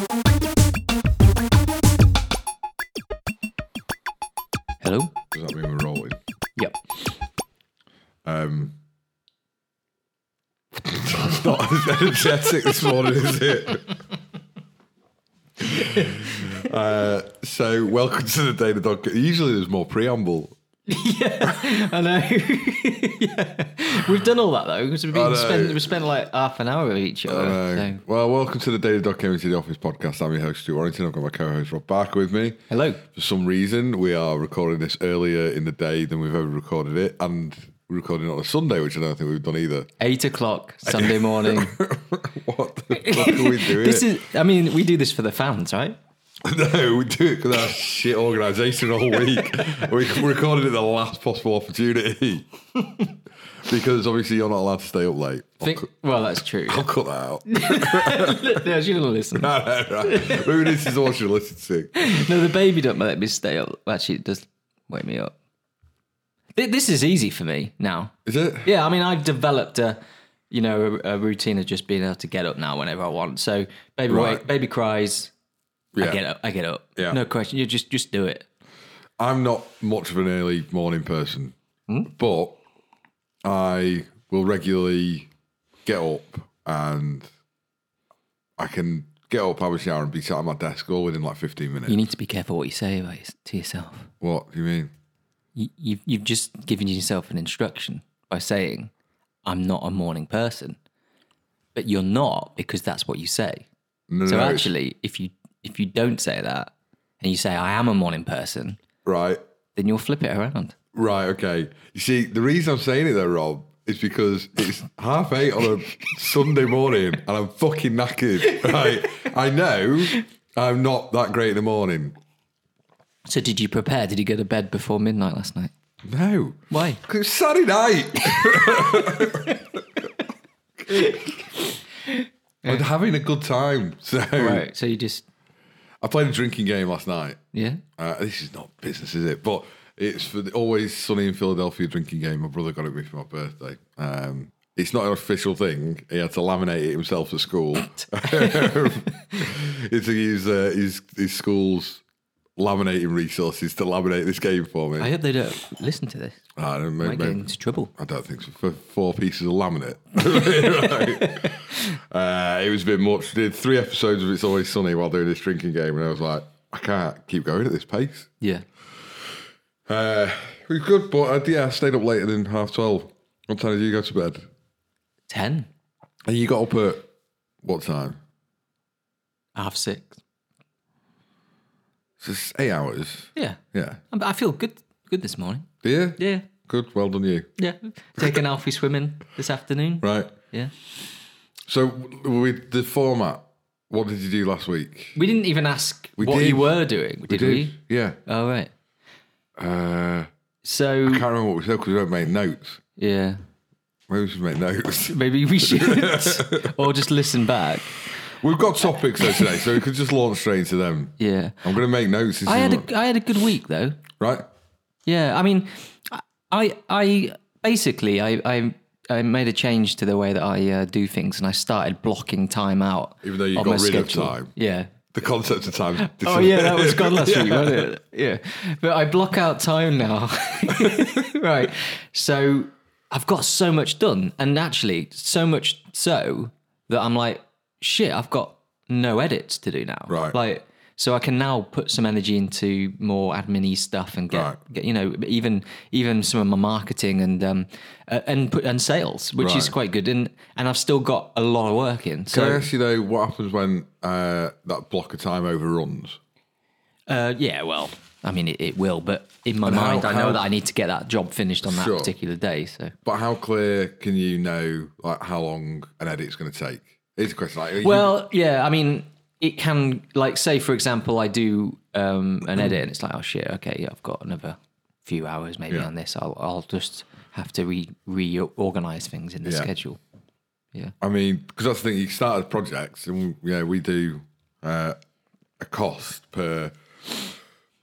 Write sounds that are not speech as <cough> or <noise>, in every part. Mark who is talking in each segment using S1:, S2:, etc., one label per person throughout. S1: <laughs>
S2: Um, <laughs> that's it. This morning is it. <laughs> Uh, so, welcome to the Data Dog. Usually, there's more preamble.
S1: I know. <laughs> Yeah. We've done all that though. 'cause We've
S2: I know.
S1: been spend, we spent like half an hour with each other.
S2: Uh,
S1: so.
S2: well, welcome to the Data Dog Came into the Office podcast. I'm your host, Stu Warrington. I've got my co-host Rob Barker with me.
S1: Hello.
S2: For some reason, we are recording this earlier in the day than we've ever recorded it, and we're recording it on a Sunday, which I don't think we've done either. <laughs>
S1: Eight o'clock Sunday morning.
S2: what the fuck are we
S1: <laughs>
S2: doing?
S1: this is. I mean, we do this for the fans, right?
S2: <laughs> No, we do it because our shit organisation all
S1: <laughs>
S2: week. we recorded it the last possible opportunity because obviously you're not allowed to stay up late. I'll,
S1: Think,
S2: cu-
S1: well, that's
S2: <laughs>
S1: true.
S2: I'll cut that out.
S1: no, she doesn't listen. No,
S2: All right. Maybe this is all you listen to.
S1: the baby don't let me stay up. Actually, it does wake me up. Th- This is easy for me now.
S2: Is it?
S1: Yeah, I mean, I've developed a, you know, a, a routine of just being able to get up now whenever I want. So baby,
S2: Right.
S1: wait, baby cries.
S2: Yeah.
S1: I get up. I get up.
S2: Yeah.
S1: No question. You just just do it.
S2: I'm not much of an early morning person,
S1: Hmm?
S2: but I will regularly get up and I can get up, have a shower, and be sat at my desk all within like 15 minutes.
S1: You need to be careful what you say about your, to yourself.
S2: what do you mean?
S1: You, you've you've just given yourself an instruction by saying, "I'm not a morning person," but you're not because that's what you say.
S2: No,
S1: So
S2: no, it's-
S1: actually, if you if you don't say that and you say, "I am a morning person,"
S2: right.
S1: then you'll flip it around.
S2: Right, okay. You see, the reason I'm saying it though, Rob, is because it's <laughs> half eight on a Sunday morning and I'm fucking knackered. <laughs> Right. I know I'm not that great in the morning.
S1: So did you prepare? Did you go to bed before midnight last night?
S2: No.
S1: Why?
S2: 'Cause It's Saturday night. <laughs> I'm having a good time. So
S1: Right. So you just
S2: I played a drinking game last night.
S1: yeah.
S2: Uh, this is not business, is it? But it's for the always sunny in Philadelphia drinking game. My brother got it me for my birthday. Um, it's not an official thing. He had to laminate it himself at school. <laughs> it's his, uh, his his school's laminating resources to laminate this game for me.
S1: I hope they don't listen to this.
S2: I don't,
S1: Might get into trouble.
S2: I don't think so. For four pieces of laminate. <laughs> Right. Uh, it was a bit much. Did three episodes of It's Always Sunny while doing this drinking game, and I was like, I can't keep going at this pace.
S1: Yeah.
S2: Uh, it was good, but I, yeah, I stayed up later than half 12. What time did you go to bed?
S1: Ten.
S2: And you got up at what time?
S1: Half six.
S2: So It's eight hours.
S1: Yeah.
S2: Yeah.
S1: Um, but I feel good good this morning.
S2: Do you?
S1: Yeah.
S2: Good. Well done, you.
S1: Yeah. Taking Alfie swimming this afternoon.
S2: Right.
S1: Yeah.
S2: So, w- with the format, what did you do last week?
S1: We didn't even ask what
S2: did.
S1: you were doing, did we?
S2: Yeah.
S1: Oh right.
S2: Uh,
S1: So
S2: can't remember what we said because we don't make notes.
S1: yeah.
S2: Maybe we should make notes. <laughs>
S1: Maybe <laughs> we should or just listen back.
S2: We've got topics though today, so we could just launch straight into them.
S1: Yeah.
S2: I'm going to make notes. This
S1: I
S2: is
S1: had
S2: what-
S1: a I had a good week though.
S2: right.
S1: Yeah, I mean, I- I, I basically, I, I, I made a change to the way that I uh, do things, and I started blocking time out.
S2: Even though you
S1: of
S2: got
S1: my
S2: rid of
S1: schedule.
S2: time.
S1: Yeah.
S2: The concept of time.
S1: Oh yeah, that
S2: <laughs>
S1: was gone last week, wasn't it? Yeah, but I block out time now. <laughs> right, so I've got so much done, and actually, so much so that I'm like, shit, I've got no edits to do now.
S2: Right.
S1: like so I can now put some energy into more admin stuff and get,
S2: Right.
S1: get you know even even some of my marketing and um uh, and put and sales, which is
S2: Right.
S1: quite good, and and I've still got a lot of work in. So
S2: Can I ask you though, what happens when uh, that block of time overruns?
S1: Uh, yeah, well, I mean, it, it will, but in my
S2: how-
S1: mind, I know
S2: how-
S1: that I need to get that job finished on that
S2: Sure.
S1: particular day. So,
S2: But how clear can you know like how long an edit's going to take? It's a question. Like, you-
S1: well, yeah, I mean, it can, like, say, for example, I do um,
S2: Mm-hmm.
S1: an edit and it's like, oh shit, okay, yeah, I've got another few hours maybe
S2: Yeah.
S1: on this. I'll, I'll just have to re- reorganize things in the
S2: Yeah.
S1: schedule. Yeah.
S2: I mean, because that's the thing. You started projects, and yeah, we do uh, a cost per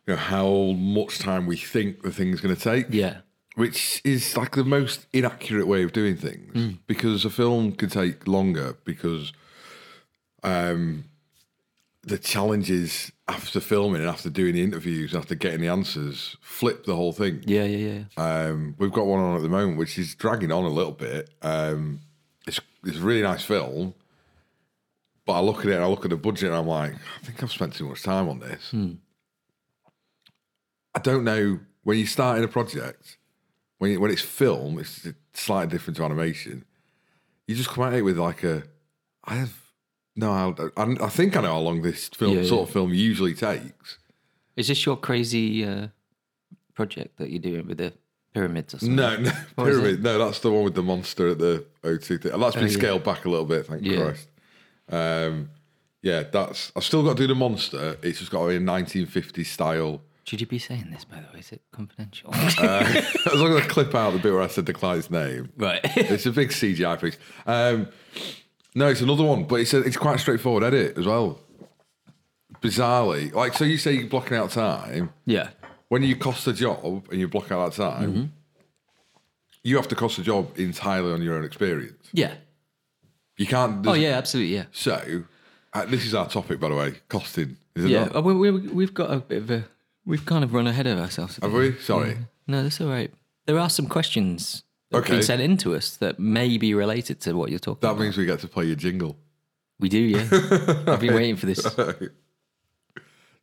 S2: you know how much time we think the thing's going to take.
S1: Yeah.
S2: which is like the most inaccurate way of doing things because a film can take longer because um the challenges after filming and after doing the interviews after getting the answers flip the whole thing
S1: Yeah, yeah, yeah.
S2: um we've got one on at the moment which is dragging on a little bit um it's it's a really nice film But I look at it, I look at the budget, and I'm like, I think I've spent too much time on this.
S1: Hmm.
S2: I don't know when you start in a project, when you, when it's film, it's slightly different to animation. You just come at it with like a, I have no, I, I, I think I know how long this film
S1: Yeah,
S2: sort of film usually takes.
S1: Is this your crazy uh, project that you're doing with the pyramids or something?
S2: No, no,
S1: What is
S2: <laughs> pyramid. No, that's the one with the monster at the O2 thing. That's been
S1: Oh, yeah.
S2: scaled back a little bit, thank
S1: Yeah.
S2: Christ. Um, yeah, that's. I've still got to do the monster. It's just got to be in 1950s style. <laughs>
S1: Should you be saying this, by the way? Is it confidential?
S2: Uh, as long as I clip out the bit where I said the client's name,
S1: <laughs> right.
S2: it's a big CGI piece. Um, no, it's another one, but it's a, it's quite a straightforward edit as well. Bizarrely, like so, you say you're blocking out time.
S1: <laughs> yeah.
S2: when you cost a job and you block out that time,
S1: Mm-hmm.
S2: you have to cost a job entirely on your own experience.
S1: Yeah.
S2: You can't.
S1: Oh, yeah, absolutely. Yeah.
S2: So, uh, this is our topic, by the way. Costing, is it
S1: Yeah.
S2: not?
S1: uh, We, we, we've got a bit of a. We've kind of run ahead of ourselves. a
S2: Have
S1: bit.
S2: we? Sorry.
S1: No, that's all right. There are some questions that have been
S2: Okay.
S1: sent in to us that may be related to what you're talking
S2: That
S1: about.
S2: means we get to play your jingle.
S1: We do,
S2: <laughs>
S1: yeah. I've been waiting for this.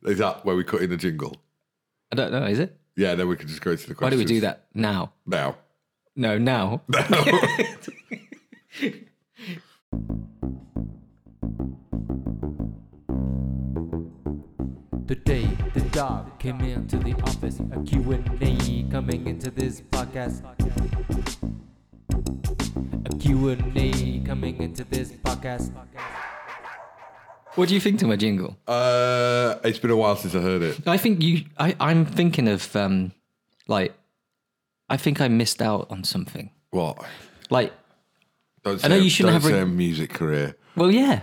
S2: Is that where we cut in the jingle?
S1: I don't know, is it?
S2: Yeah, then we can just go to the question.
S1: Why do we do that now?
S2: now?
S1: No,
S2: <laughs>
S1: now.
S3: The day the dog came into the office, a Q&A coming into this podcast. A Q&A coming into this podcast.
S1: What do you think to my jingle?
S2: Uh, it's been a while since I heard it.
S1: I think you. I, I'm thinking of um, like, I think I missed out on something.
S2: What?
S1: Like,
S2: Don't say,
S1: know you shouldn't
S2: don't
S1: have re-
S2: say a music career.
S1: well, yeah.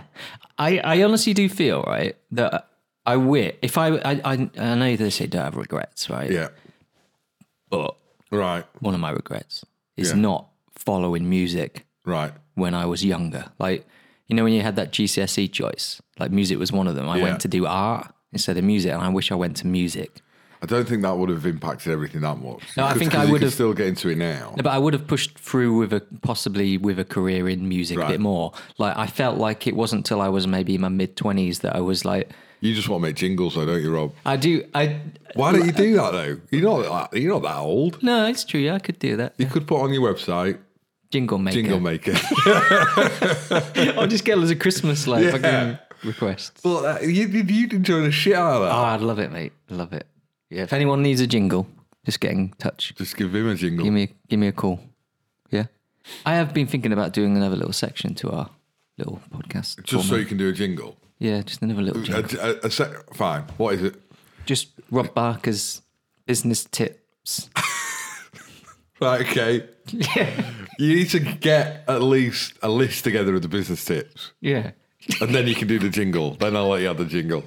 S1: I, I honestly do feel right that I wish if I I I, I know they say don't have regrets, right?
S2: Yeah.
S1: But
S2: Right.
S1: one of my regrets is
S2: Yeah.
S1: not following music
S2: Right.
S1: when I was younger. Like, you know, when you had that GCSE E choice, like music was one of them. I
S2: Yeah.
S1: went to do art instead of music, and I wish I went to music.
S2: I don't think that would have impacted everything that much.
S1: No, I
S2: Because-
S1: think
S2: because
S1: I
S2: you
S1: would
S2: can
S1: have-
S2: still get into it now.
S1: No, but I would have pushed through with a possibly with a career in music a
S2: Right.
S1: bit more. Like I felt like it wasn't till I was maybe in my mid twenties that I was like,
S2: You just want to make jingles, though, don't you, Rob?
S1: I do, I
S2: Why don't you do that though? You're not that- you're not that old.
S1: no, it's true. Yeah, I could do that.
S2: You could put on your website
S1: Jingle maker.
S2: jingle maker.
S1: <laughs> I'll just get loads of Christmas like
S2: <laughs> Yeah.
S1: fucking requests.
S2: but uh, you, you- you'd enjoy the shit out of that.
S1: Oh, I'd love it, mate. Love it. Yeah. If anyone needs a jingle, just get in touch.
S2: just give him a jingle.
S1: Give me a, give me a call. Yeah. I have been thinking about doing another little section to our little podcast.
S2: just so
S1: format.
S2: you can do a jingle.
S1: yeah, just another little
S2: A,
S1: jingle.
S2: a, a sec- fine. What is it?
S1: Just Rob Barker's business
S2: <laughs>
S1: tips.
S2: Right. Okay.
S1: yeah.
S2: You need to get at least a list together of the business tips,
S1: Yeah.
S2: and then you can do the jingle. Then I'll let you have the jingle.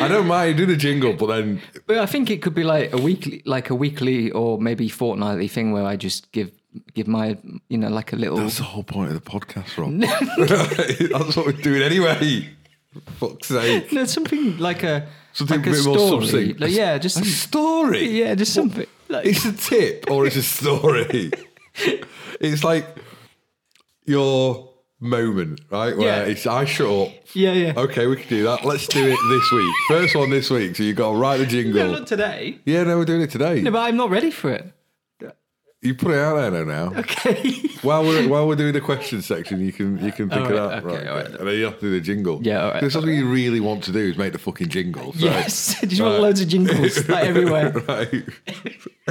S2: I don't mind do the jingle, but then
S1: But I think it could be like a weekly like a weekly or maybe fortnightly thing where I just give give my you know, like a little
S2: That's the whole point of the podcast, Rob. <laughs> That's what we're doing anyway. Fuck's sake.
S1: no, something like a
S2: Something
S1: like
S2: a
S1: a
S2: bit more
S1: story.
S2: succinct.
S1: Like, yeah,
S2: <laughs>
S1: just
S2: A story.
S1: yeah, just something. Like,
S2: It's a tip or it's
S1: <laughs>
S2: a story. it's like your moment, right? Where
S1: Yeah.
S2: it's I shut up.
S1: yeah, yeah.
S2: Okay, we can do that. Let's do it this week. First one this week. So you've got to write the
S1: No,
S2: jingle.
S1: not today.
S2: Yeah, no, we're doing it today.
S1: No, but I'm not ready for it. <laughs>
S2: You put it out there though now.
S1: Okay.
S2: While we're while we're doing the question section, you can you can think
S1: All
S2: it
S1: right,
S2: out,
S1: okay,
S2: right?
S1: all right.
S2: And then you have to do the jingle.
S1: Yeah, all right.
S2: There's something you really want to do is make the fucking jingle. So.
S1: Yes, <laughs> just want loads of <laughs> jingles
S2: <laughs>
S1: like everywhere.
S2: right.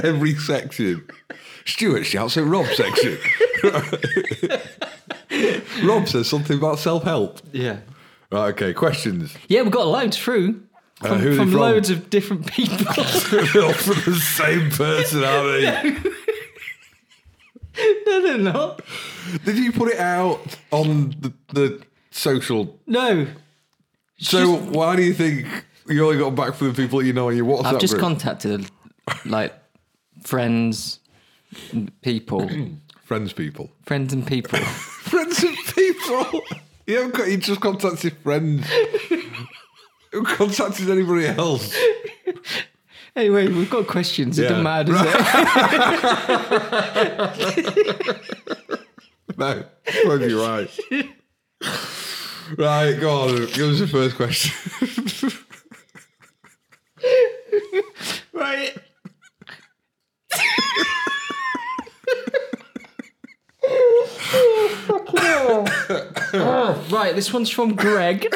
S2: Every section. Stuart shouts at Rob section. <laughs> Rob says something about self help.
S1: Yeah,
S2: Right. Okay. Questions. <laughs>
S1: yeah, we got loads through from,
S2: who are they
S1: from
S2: from?
S1: loads of different people. <laughs>
S2: They're all from the same person, are they?
S1: no, they're not.
S2: Did you put it out on the, the social?
S1: No,
S2: So why do you think you only got back from the people you know in your WhatsApp
S1: I've just
S2: group?
S1: contacted like friends, and <clears throat> people,
S2: Friends, people.
S1: friends and <laughs> people.
S2: friends of people. You haven't got, you just contacted
S1: <laughs>
S2: friends. Who contacted anybody else?
S1: Anyway, we've got questions. It
S2: Yeah.
S1: doesn't matter, does <laughs> it? <laughs>
S2: No, probably right. Right, go on. Give us the first question. <laughs>
S1: Right. Oh, right, this one's from Greg.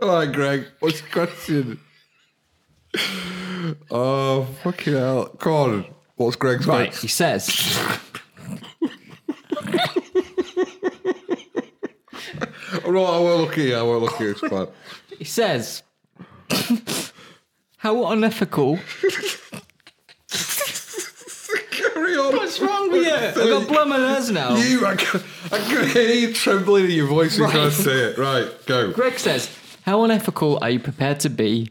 S2: All right, Greg. What's the question? Oh, fucking hell. Come on. What's Greg's
S1: Right,
S2: next?
S1: he says.
S2: Oh, no, I won't look at you. I won't look at you. It's fine.
S1: He says, How unethical.
S2: Carry on.
S1: What's wrong with you? I've got blooming hairs now.
S2: You, I can, I can hear you trembling in your voice when you try to say it. Right, go.
S1: Greg says, How unethical are you prepared to be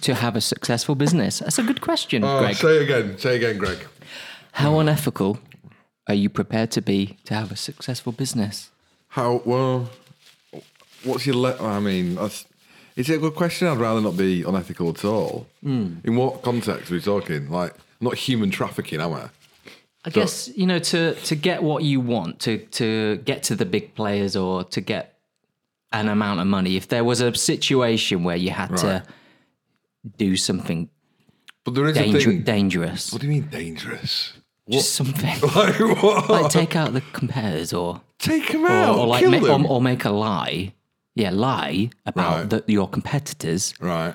S1: to have a successful business? That's a good question,
S2: Oh,
S1: Greg.
S2: Say it again. Say it again, Greg.
S1: How unethical are you prepared to be to have a successful business?
S2: How, well, what's your, le- I mean, that's, is it a good question? I'd rather not be unethical at all.
S1: Hmm.
S2: In what context are we talking? Like, not human trafficking, am I?
S1: I guess you know to to get what you want to to get to the big players or to get an amount of money. If there was a situation where you had to do something
S2: But there is a
S1: danger-
S2: thing.
S1: dangerous,
S2: what do you mean
S1: <laughs>
S2: dangerous?
S1: just something
S2: <laughs>
S1: <laughs>
S2: Like what?
S1: like take out the competitors or
S2: Take him
S1: or,
S2: out.
S1: or like
S2: Oh, kill
S1: ma-
S2: them.
S1: or, or make a lie, yeah, lie about
S2: Right.
S1: the, your competitors
S2: right.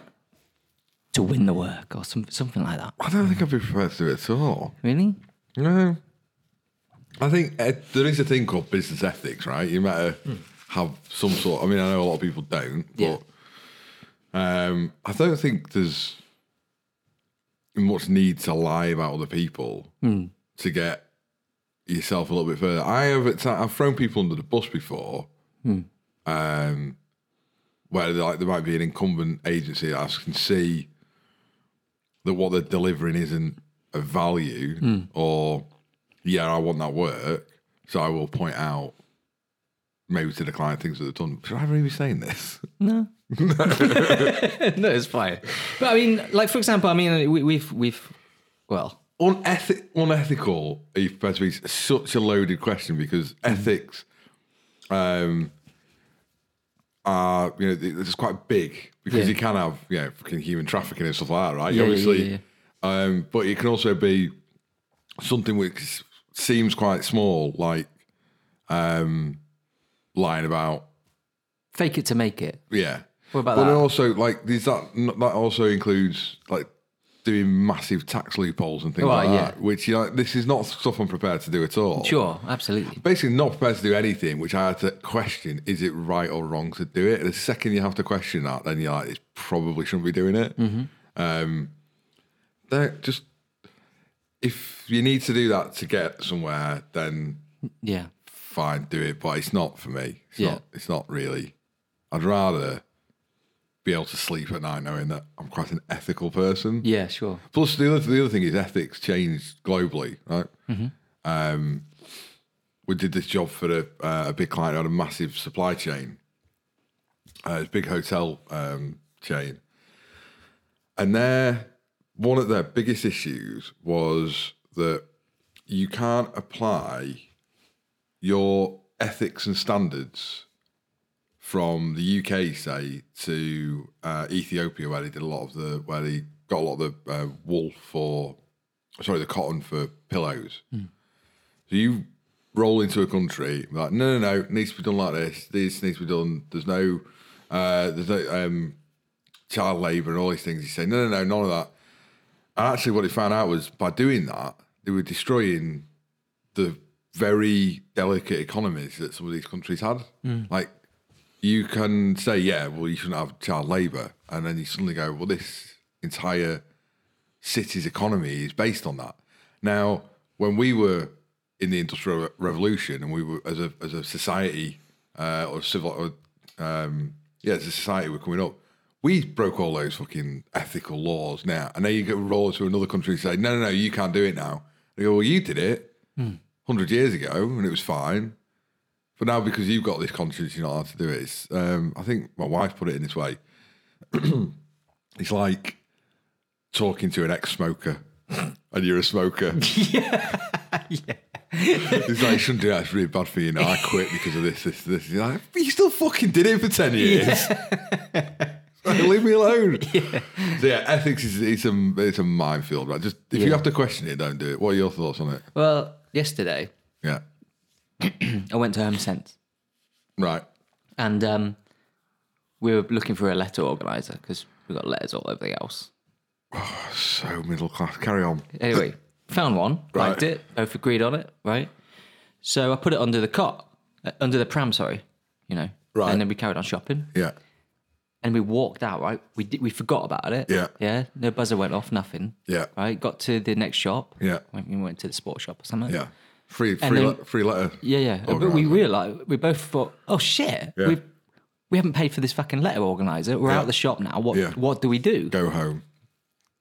S1: to win the work or some, something like
S2: <laughs>
S1: that.
S2: I don't think I'd be prepared to do it at all.
S1: Really?
S2: No. I think uh, there is a thing called business ethics, right? You matter have some sort. I mean, I know a lot of people don't,
S1: Yeah.
S2: but um, I don't think there's much need to lie about other people to get yourself a little bit further. I have at ti- I've thrown people under the bus before, um, where like there might be an incumbent agency that I can see that what they're delivering isn't of value,
S1: Hmm.
S2: or yeah, I want that work, so I will point out maybe to the client things that they've done. Should I really be saying this? <laughs>
S1: No. no, it's fine. But I mean, like for example, I mean, we, we've we've well,
S2: Uneth- unethical, are you prepared to be It's such a loaded question because
S1: Hmm.
S2: ethics um, are, you know, th- it's quite big because
S1: Yeah.
S2: you can have, you know, fucking human trafficking and stuff like that, right?
S1: Yeah, yeah,
S2: Obviously.
S1: yeah,
S2: Um, but it can also be something which seems quite small, like um, lying about
S1: fake it to make it.
S2: Yeah.
S1: What about
S2: but
S1: that?
S2: it also like does that n- that also includes like doing massive tax loopholes and things
S1: Well,
S2: like
S1: yeah.
S2: that, which you know, this is not stuff I'm prepared to do at all.
S1: Sure, absolutely.
S2: Basically, not prepared to do anything, which I had to question: is it right or wrong to do it? The second you have to question that, then you're like, it probably shouldn't be doing it. Um, they're just if you need to do that to get somewhere, then
S1: Yeah.
S2: fine, do it, but it's not for me. It's
S1: Yeah.
S2: not it's not really. I'd rather be able to sleep at night knowing that I'm quite an ethical person.
S1: Yeah, sure.
S2: Plus the other the other thing is ethics changed globally, right? Um we did this job for a, uh, a big client who had a massive supply chain, uh, it's a big hotel um, chain, and their one of their biggest issues was that you can't apply your ethics and standards from the UK, say, to uh, Ethiopia, where they did a lot of the where they got a lot of the uh, wool for, sorry, the cotton for pillows. So you roll into a country like, no, no, no, it needs to be done like this. This needs to be done. There's no, uh, there's no um, child labour and all these things. You say, no, no, no, none of that. And actually, what they found out was by doing that, they were destroying the very delicate economies that some of these countries had. Like, you can say, yeah, well, you shouldn't have child labour. And then you suddenly go, well, this entire city's economy is based on that. Now, when we were in the Industrial Re- Revolution and we were, as a, as a society uh, or civil, or, um, yeah, as a society, we're coming up, we broke all those fucking ethical laws now. And then you go roll to another country and say, no, no, no, you can't do it now. They go, well, you did it 100 years ago and it was fine. But now, because you've got this conscience, you're not allowed to do it. It's, um, I think my wife put it in this way. <clears throat> it's like <laughs> talking to an ex-smoker, and you're a smoker. yeah. He's like, shouldn't do that. It's really bad for you. No, I quit because of this, this, this. He's like, but you still fucking did it for 10 years. <laughs> Like, leave me alone. So, <laughs> yeah, ethics is it's a, it's a minefield, right? Just if you
S1: Yeah.
S2: have to question it, don't do it. What are your thoughts on it?
S1: Well, yesterday
S2: Yeah.
S1: I went to Home Sense
S2: Right.
S1: and um, we were looking for a letter organizer because we've got letters all over the house.
S2: So middle class. Carry on. <laughs>
S1: Anyway, found one,
S2: Right.
S1: liked it, both agreed on it, right? So I put it under the cot, uh, under the pram, sorry, you know.
S2: Right.
S1: And then we carried on shopping
S2: Yeah.
S1: and we walked out, right? We did, we forgot about it.
S2: Yeah.
S1: Yeah. No buzzer went off, nothing.
S2: Yeah.
S1: Right. Got to the next shop.
S2: Yeah.
S1: Went, we went to the sports shop or something.
S2: Yeah. Free free,
S1: And then-
S2: le- free letter.
S1: Yeah, yeah.
S2: Oh,
S1: but we
S2: God.
S1: realised, we both thought, oh shit,
S2: Yeah.
S1: we've, we haven't paid for this fucking letter organiser. We're
S2: Yeah.
S1: out of the shop now. What,
S2: Yeah.
S1: what do we do?
S2: Go home.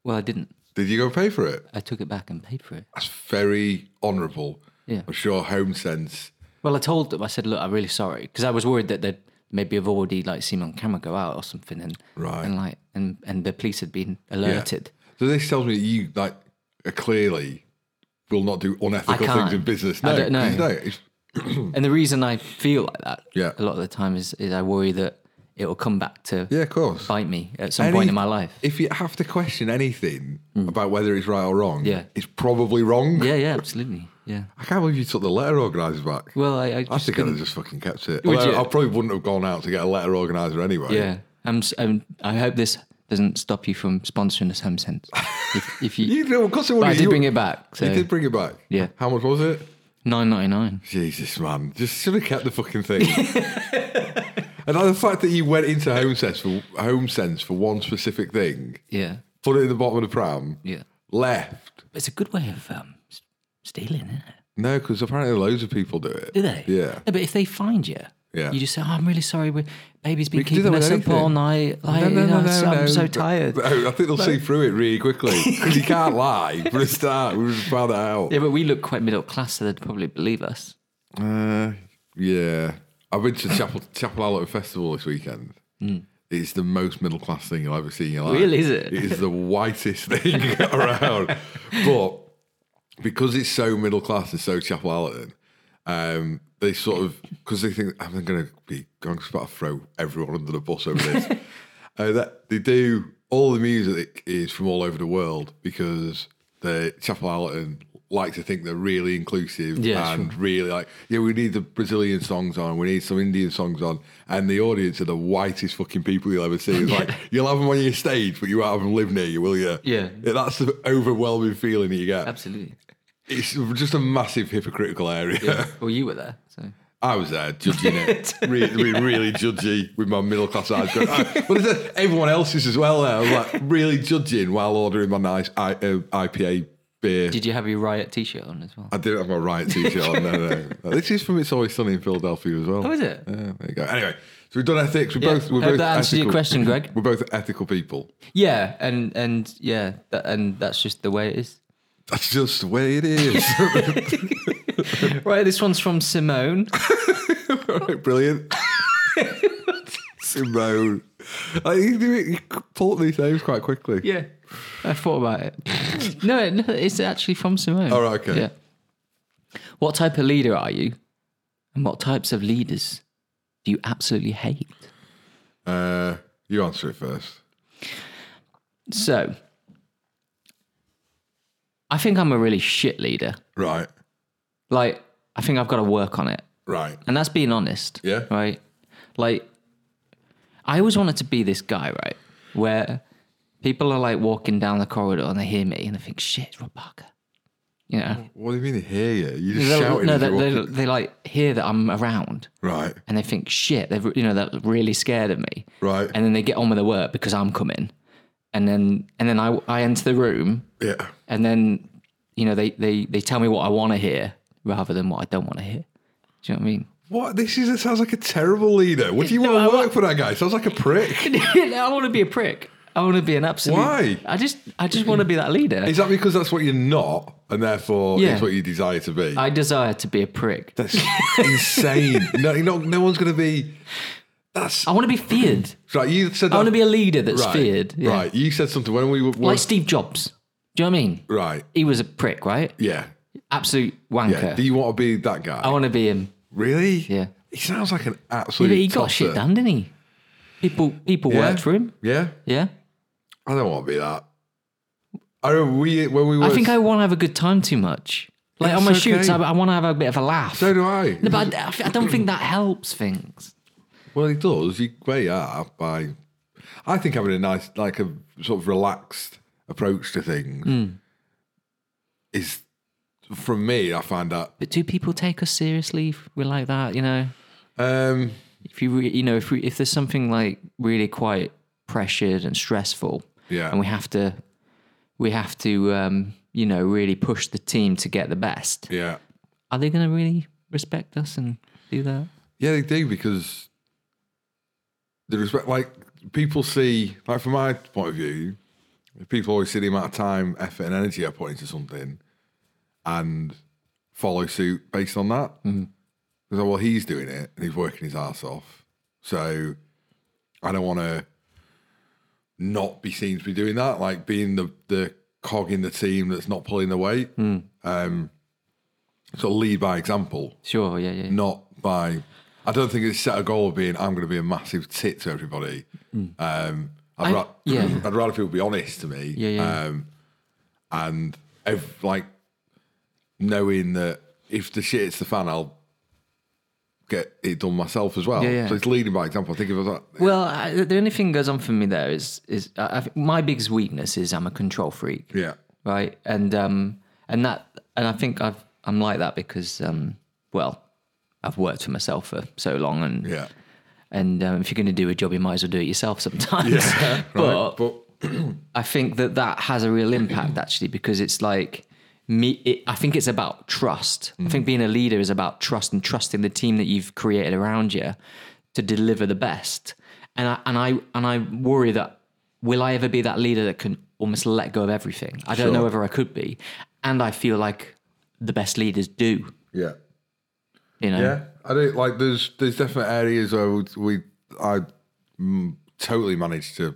S1: Well, I didn't.
S2: Did you go pay for it?
S1: I took it back and paid for it.
S2: That's very honourable.
S1: Yeah.
S2: I'm sure home sense.
S1: Well, I told them, I said, look, I'm really sorry. Because I was worried that they'd maybe have already like seen me on camera go out or something and
S2: Right.
S1: and like and, and the police had been
S2: Yeah.
S1: alerted.
S2: So this tells me that you like are clearly will not do unethical
S1: can't.
S2: things in business. No,
S1: I don't know.
S2: you It's,
S1: And the reason I feel like that
S2: Hmm. Yeah.
S1: a lot of the time is, is I worry that it will come back to
S2: yeah, of course.
S1: bite me at some
S2: Any-
S1: point in my life.
S2: If you have to question anything about whether it's right or wrong,
S1: Hmm. Yeah.
S2: it's probably wrong.
S1: Yeah, yeah, absolutely. Yeah.
S2: I can't believe you took the letter organizer back.
S1: Well, I, I
S2: I
S1: just
S2: think I'd have
S1: couldn't-
S2: just fucking kept it.
S1: Would
S2: Although
S1: you?
S2: I probably wouldn't have gone out to get a letter organizer anyway.
S1: yeah. I'm, s- I'm, I hope this doesn't stop you from sponsoring us home
S2: <laughs>
S1: sense. If, if you,
S2: You know, of course it would.
S1: but I
S2: You-
S1: did bring it back.
S2: You
S1: So
S2: did bring it back.
S1: Yeah.
S2: How much was it?
S1: nine ninety nine.
S2: Jesus, man. Just should have kept the fucking
S1: <laughs>
S2: thing. and the fact that you went into Home Sense for, Home Sense for one specific thing,
S1: Yeah,
S2: put it in the bottom of the pram,
S1: yeah.
S2: left.
S1: But it's a good way of um, s- stealing, isn't it?
S2: No, because apparently loads of people do it.
S1: Do they?
S2: Yeah.
S1: No, but if they find you,
S2: Yeah.
S1: you just say, oh, "I'm really sorry, we baby's been
S2: We can do that
S1: keeping
S2: with
S1: us
S2: anything.
S1: up all night. Like, you know, so- I'm so tired."
S2: No, I think they'll see through it really quickly. 'Cause you can't lie for a start. We've just found that out.
S1: Yeah, but we look quite middle class, so they'd probably believe us.
S2: Uh, yeah. I've been to Chapel, Chapel Islet Festival this weekend. It's the most middle class thing you'll ever see in your life.
S1: Hmm. Really, is it?
S2: It is the whitest thing <laughs> around. But because it's so middle class and so Chapel Allerton, um, they sort of because they think I'm going to be going to about to throw everyone under the bus
S1: <laughs>
S2: over this. uh, that they do all the music is from all over the world because the Chapel Allerton like to think they're really inclusive
S1: Yeah,
S2: and really like yeah we need the Brazilian songs on we need some Indian songs on and the audience are the whitest fucking people you'll ever see it's like you'll have them on your stage but you won't have them live near you will you
S1: Yeah.
S2: that's the overwhelming feeling that you get
S1: Absolutely.
S2: it's just a massive hypocritical area.
S1: <laughs> Well, you were there, so
S2: <laughs> I was there judging it, Re- being really judgy with my middle class eyes. Going, oh, well, there's a- everyone else is as well there. I was like really judging while ordering my nice I, uh, IPA beer.
S1: did you have your riot T-shirt on as well?
S2: I didn't have my right t-shirt on. Oh, No, no, no. This is from It's Always Sunny in Philadelphia as well.
S1: Oh, is it?
S2: Yeah, there you go. Anyway, so we've done ethics. We're
S1: Yeah,
S2: both. We're
S1: hope
S2: both
S1: that answers your
S2: ethical-
S1: question, Greg.
S2: <laughs> We're both ethical people.
S1: Yeah, and and yeah, that, and that's just the way it is.
S2: That's just the way it
S1: <laughs>
S2: is. <laughs>
S1: Right, this one's from Simone.
S2: Right, brilliant. Simone. Like, Uh, you, do it, you pull up these names quite quickly.
S1: yeah, I thought about it. no, no, it's actually from Simone.
S2: All right, okay.
S1: Yeah. What type of leader are you, and what types of leaders do you absolutely hate?
S2: Uh, you answer it first.
S1: So, I think I'm a really shit leader.
S2: Right,
S1: Like, I think I've got to work on it.
S2: right.
S1: and that's being honest.
S2: Yeah.
S1: Right. Like, I always wanted to be this guy, right? Where people are like walking down the corridor and they hear me and they think, "Shit, it's Rob Parker." You know.
S2: What do you mean they hear you? You just
S1: They'll-
S2: shouting.
S1: no,
S2: as
S1: they,
S2: you walk
S1: they,
S2: in.
S1: they like hear that I'm around
S2: Right,
S1: and they think, "Shit," they're you know they're really scared of me.
S2: Right.
S1: And then they get on with the work because I'm coming, and then and then I I enter the room
S2: yeah.
S1: and then you know they they they tell me what I want to hear rather than what I don't want to hear. Do you know what I mean?
S2: What? This is. It sounds like a terrible leader. What do
S1: <laughs>
S2: you
S1: No, I
S2: want to work
S1: want-
S2: for that guy? Sounds like a prick.
S1: <laughs> I want to be a prick. I want to be an absolute.
S2: Why?
S1: I just, I just want to be that leader.
S2: Is that because that's what you're not, and therefore
S1: Yeah.
S2: it's what you desire to be?
S1: I desire to be a prick.
S2: that's
S1: <laughs>
S2: insane. No, you're not, no one's going to be. That's
S1: I want to be feared.
S2: right. You said.
S1: I want to
S2: that-
S1: be a leader that's
S2: right,
S1: feared. Yeah.
S2: Right. You said something when we were.
S1: Like Steve Jobs. Do you know what I mean?
S2: right.
S1: He was a prick, right?
S2: Yeah.
S1: Absolute
S2: Yeah.
S1: wanker.
S2: Do you want to be that guy?
S1: I want to be him.
S2: really?
S1: Yeah.
S2: He sounds like an
S1: Yeah,
S2: absolute.
S1: but he got
S2: tosser.
S1: shit done, didn't he? People people
S2: Yeah.
S1: worked for him.
S2: Yeah.
S1: Yeah.
S2: I don't want to be that. I don't. We when we were.
S1: I think I want to have a good time too much. Like on my
S2: It's
S1: shoots, I,
S2: okay.
S1: I want to have a bit of a laugh.
S2: So do I.
S1: No, but I, I don't think that helps things.
S2: Well, it does. You weigh that up by. I think having a nice, like a sort of relaxed approach to things is, for me, I find that.
S1: But do people take us seriously if we're like that? You know,
S2: Um,
S1: if you re, you know if we, if there's something like really quite pressured and stressful,
S2: Yeah.
S1: and we have to we have to um, you know really push the team to get the best.
S2: yeah,
S1: Are they going to really respect us and do that?
S2: yeah, they do because the respect, like people see, like from my point of view, people always see the amount of time, effort, and energy I put into something, and follow suit based on that. They say, well, he's doing it and he's working his ass off, so I don't want to not be seen to be doing that, like being the the cog in the team that's not pulling the weight. Um, so lead by example
S1: Sure, yeah, yeah.
S2: not by. I don't think it's set a goal of being. I'm going to be a massive tit to everybody. Um, I'd,
S1: Mm. I-
S2: ra- <clears throat>
S1: yeah.
S2: I'd rather people be honest to me.
S1: Yeah, yeah.
S2: Um, and ev- like knowing that if the shit hits the fan, I'll get it done myself as well.
S1: Yeah, yeah.
S2: So it's leading by example. I think if I was like,
S1: Well, I, the only thing that goes on for me there is is I, I, think my biggest weakness is I'm a control freak.
S2: yeah,
S1: right? And um, and that, and I think I've I'm like that because um, well, I've worked for myself for so long, and
S2: yeah,
S1: and um, if you're going to do a job, you might as well do it yourself sometimes.
S2: <laughs> right,
S1: <laughs> but
S2: but
S1: I think that that has a real impact actually because it's like me. It, I think it's about trust. I
S2: Mm.
S1: think being a leader is about trust and trusting the team that you've created around you to deliver the best. And I and I and I worry that will I ever be that leader that can almost let go of everything? I don't know
S2: Sure.
S1: whether I could be, and I feel like the best leaders do.
S2: yeah.
S1: You know,
S2: Yeah, I don't like. There's there's definite areas where we, we I mm, totally managed to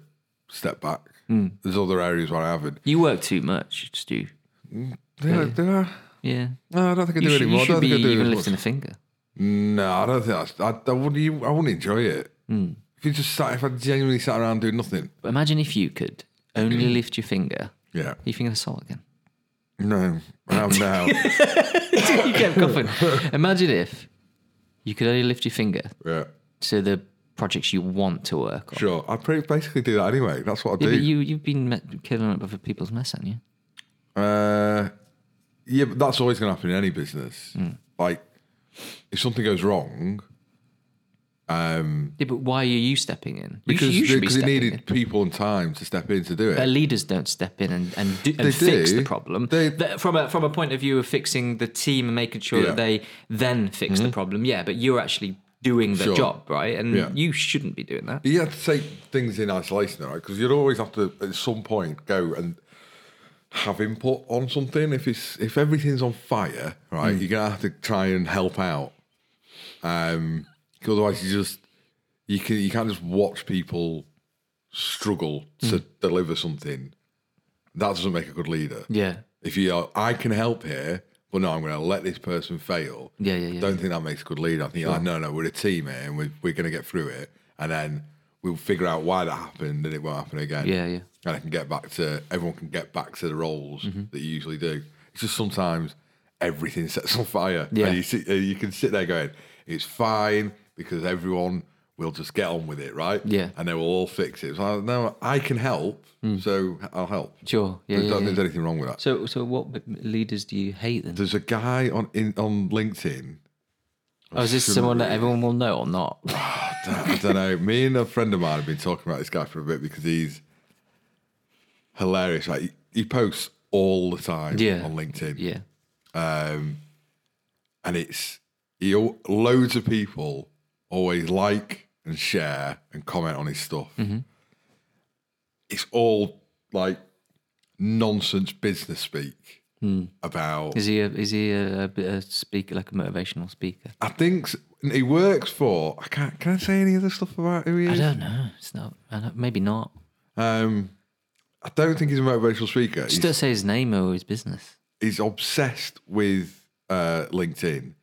S2: step back.
S1: Mm.
S2: There's other areas where I haven't.
S1: you work too much, Stu.
S2: Did I, did I,
S1: Yeah,
S2: no, I don't think I
S1: you
S2: do
S1: should, you
S2: anymore. I
S1: should
S2: don't
S1: be
S2: think I do
S1: even
S2: as
S1: lifting a
S2: much.
S1: finger.
S2: No, I don't think that's, I, I wouldn't. even- I wouldn't enjoy it.
S1: Hmm.
S2: If you just sat, if I genuinely sat around doing nothing,
S1: But imagine if you could
S2: Hmm.
S1: only lift your finger.
S2: yeah,
S1: You think of salt again.
S2: no, I am
S1: <laughs>
S2: now.
S1: you kept coughing. Imagine if you could only lift your finger
S2: yeah,
S1: to the projects you want to work on.
S2: sure. I pretty basically do that anyway. That's what I
S1: Yeah,
S2: do.
S1: but you you've been me- killing up other people's mess, haven't you?
S2: Uh, yeah, but that's always going to happen in any business.
S1: Hmm.
S2: Like, if something goes wrong,
S1: Yeah, but why are you stepping in? You should-
S2: because
S1: you should
S2: they-
S1: be
S2: because it
S1: stepping
S2: needed
S1: in.
S2: people and time to step in to do
S1: But
S2: it.
S1: leaders don't step in and and, do,
S2: They
S1: and fix
S2: do.
S1: the problem.
S2: They-
S1: The- from a from a point of view of fixing the team and making sure that
S2: Yeah. Hmm.
S1: they then fix the problem. Yeah, but you're actually doing the
S2: Sure.
S1: job, right? And
S2: Yeah.
S1: you shouldn't be doing that.
S2: You have to take things in isolation, though, right? Because you'd always have to, at some point, go and have input on something. If it's if everything's on fire, right, you're gonna have to try and help out. Um, 'cause otherwise you just you can you can't just watch people struggle to deliver something. That doesn't make a good leader.
S1: Yeah.
S2: If you are, I can help here, but no, I'm going to let this person fail.
S1: Yeah, yeah, yeah.
S2: Don't think that makes a good leader. I think like, no, no, we're a team here, and we're, we're going to get through it, and then we'll figure out why that happened, and it won't happen again.
S1: Yeah, yeah.
S2: And I can get back to everyone can get back to the roles
S1: Mm-hmm.
S2: that you usually do. It's just sometimes everything <laughs> sets on fire,
S1: Yeah.
S2: and you sit, and you can sit there going, "It's fine," because everyone will just get on with it, right?
S1: Yeah. Mm.
S2: and they will all fix it. So no, I can help, so I'll help.
S1: Sure. Yeah.
S2: I
S1: yeah,
S2: don't
S1: yeah.
S2: think there's anything wrong with that.
S1: So so what leaders do you hate then?
S2: There's a guy on in, on LinkedIn.
S1: Oh, is this someone that everyone will know or not?
S2: I don't know. Me and a friend of mine have been talking about this guy for a bit because he's hilarious. Like he, he posts all the time
S1: Yeah.
S2: on LinkedIn, um,
S1: Yeah.
S2: and it's he al- loads of people always like and share and comment on his stuff.
S1: Mm-hmm.
S2: It's all like nonsense business speak
S1: Hmm.
S2: about
S1: Is he a is he a, a, bit- a speaker like a motivational speaker?
S2: I think s- he works for. I can't. Can I say any other stuff about who he
S1: I
S2: is?
S1: don't know. It's not. I don't, maybe not.
S2: um, I don't think he's a motivational speaker.
S1: Just
S2: He's-
S1: don't say his name or his business.
S2: is obsessed with uh, LinkedIn.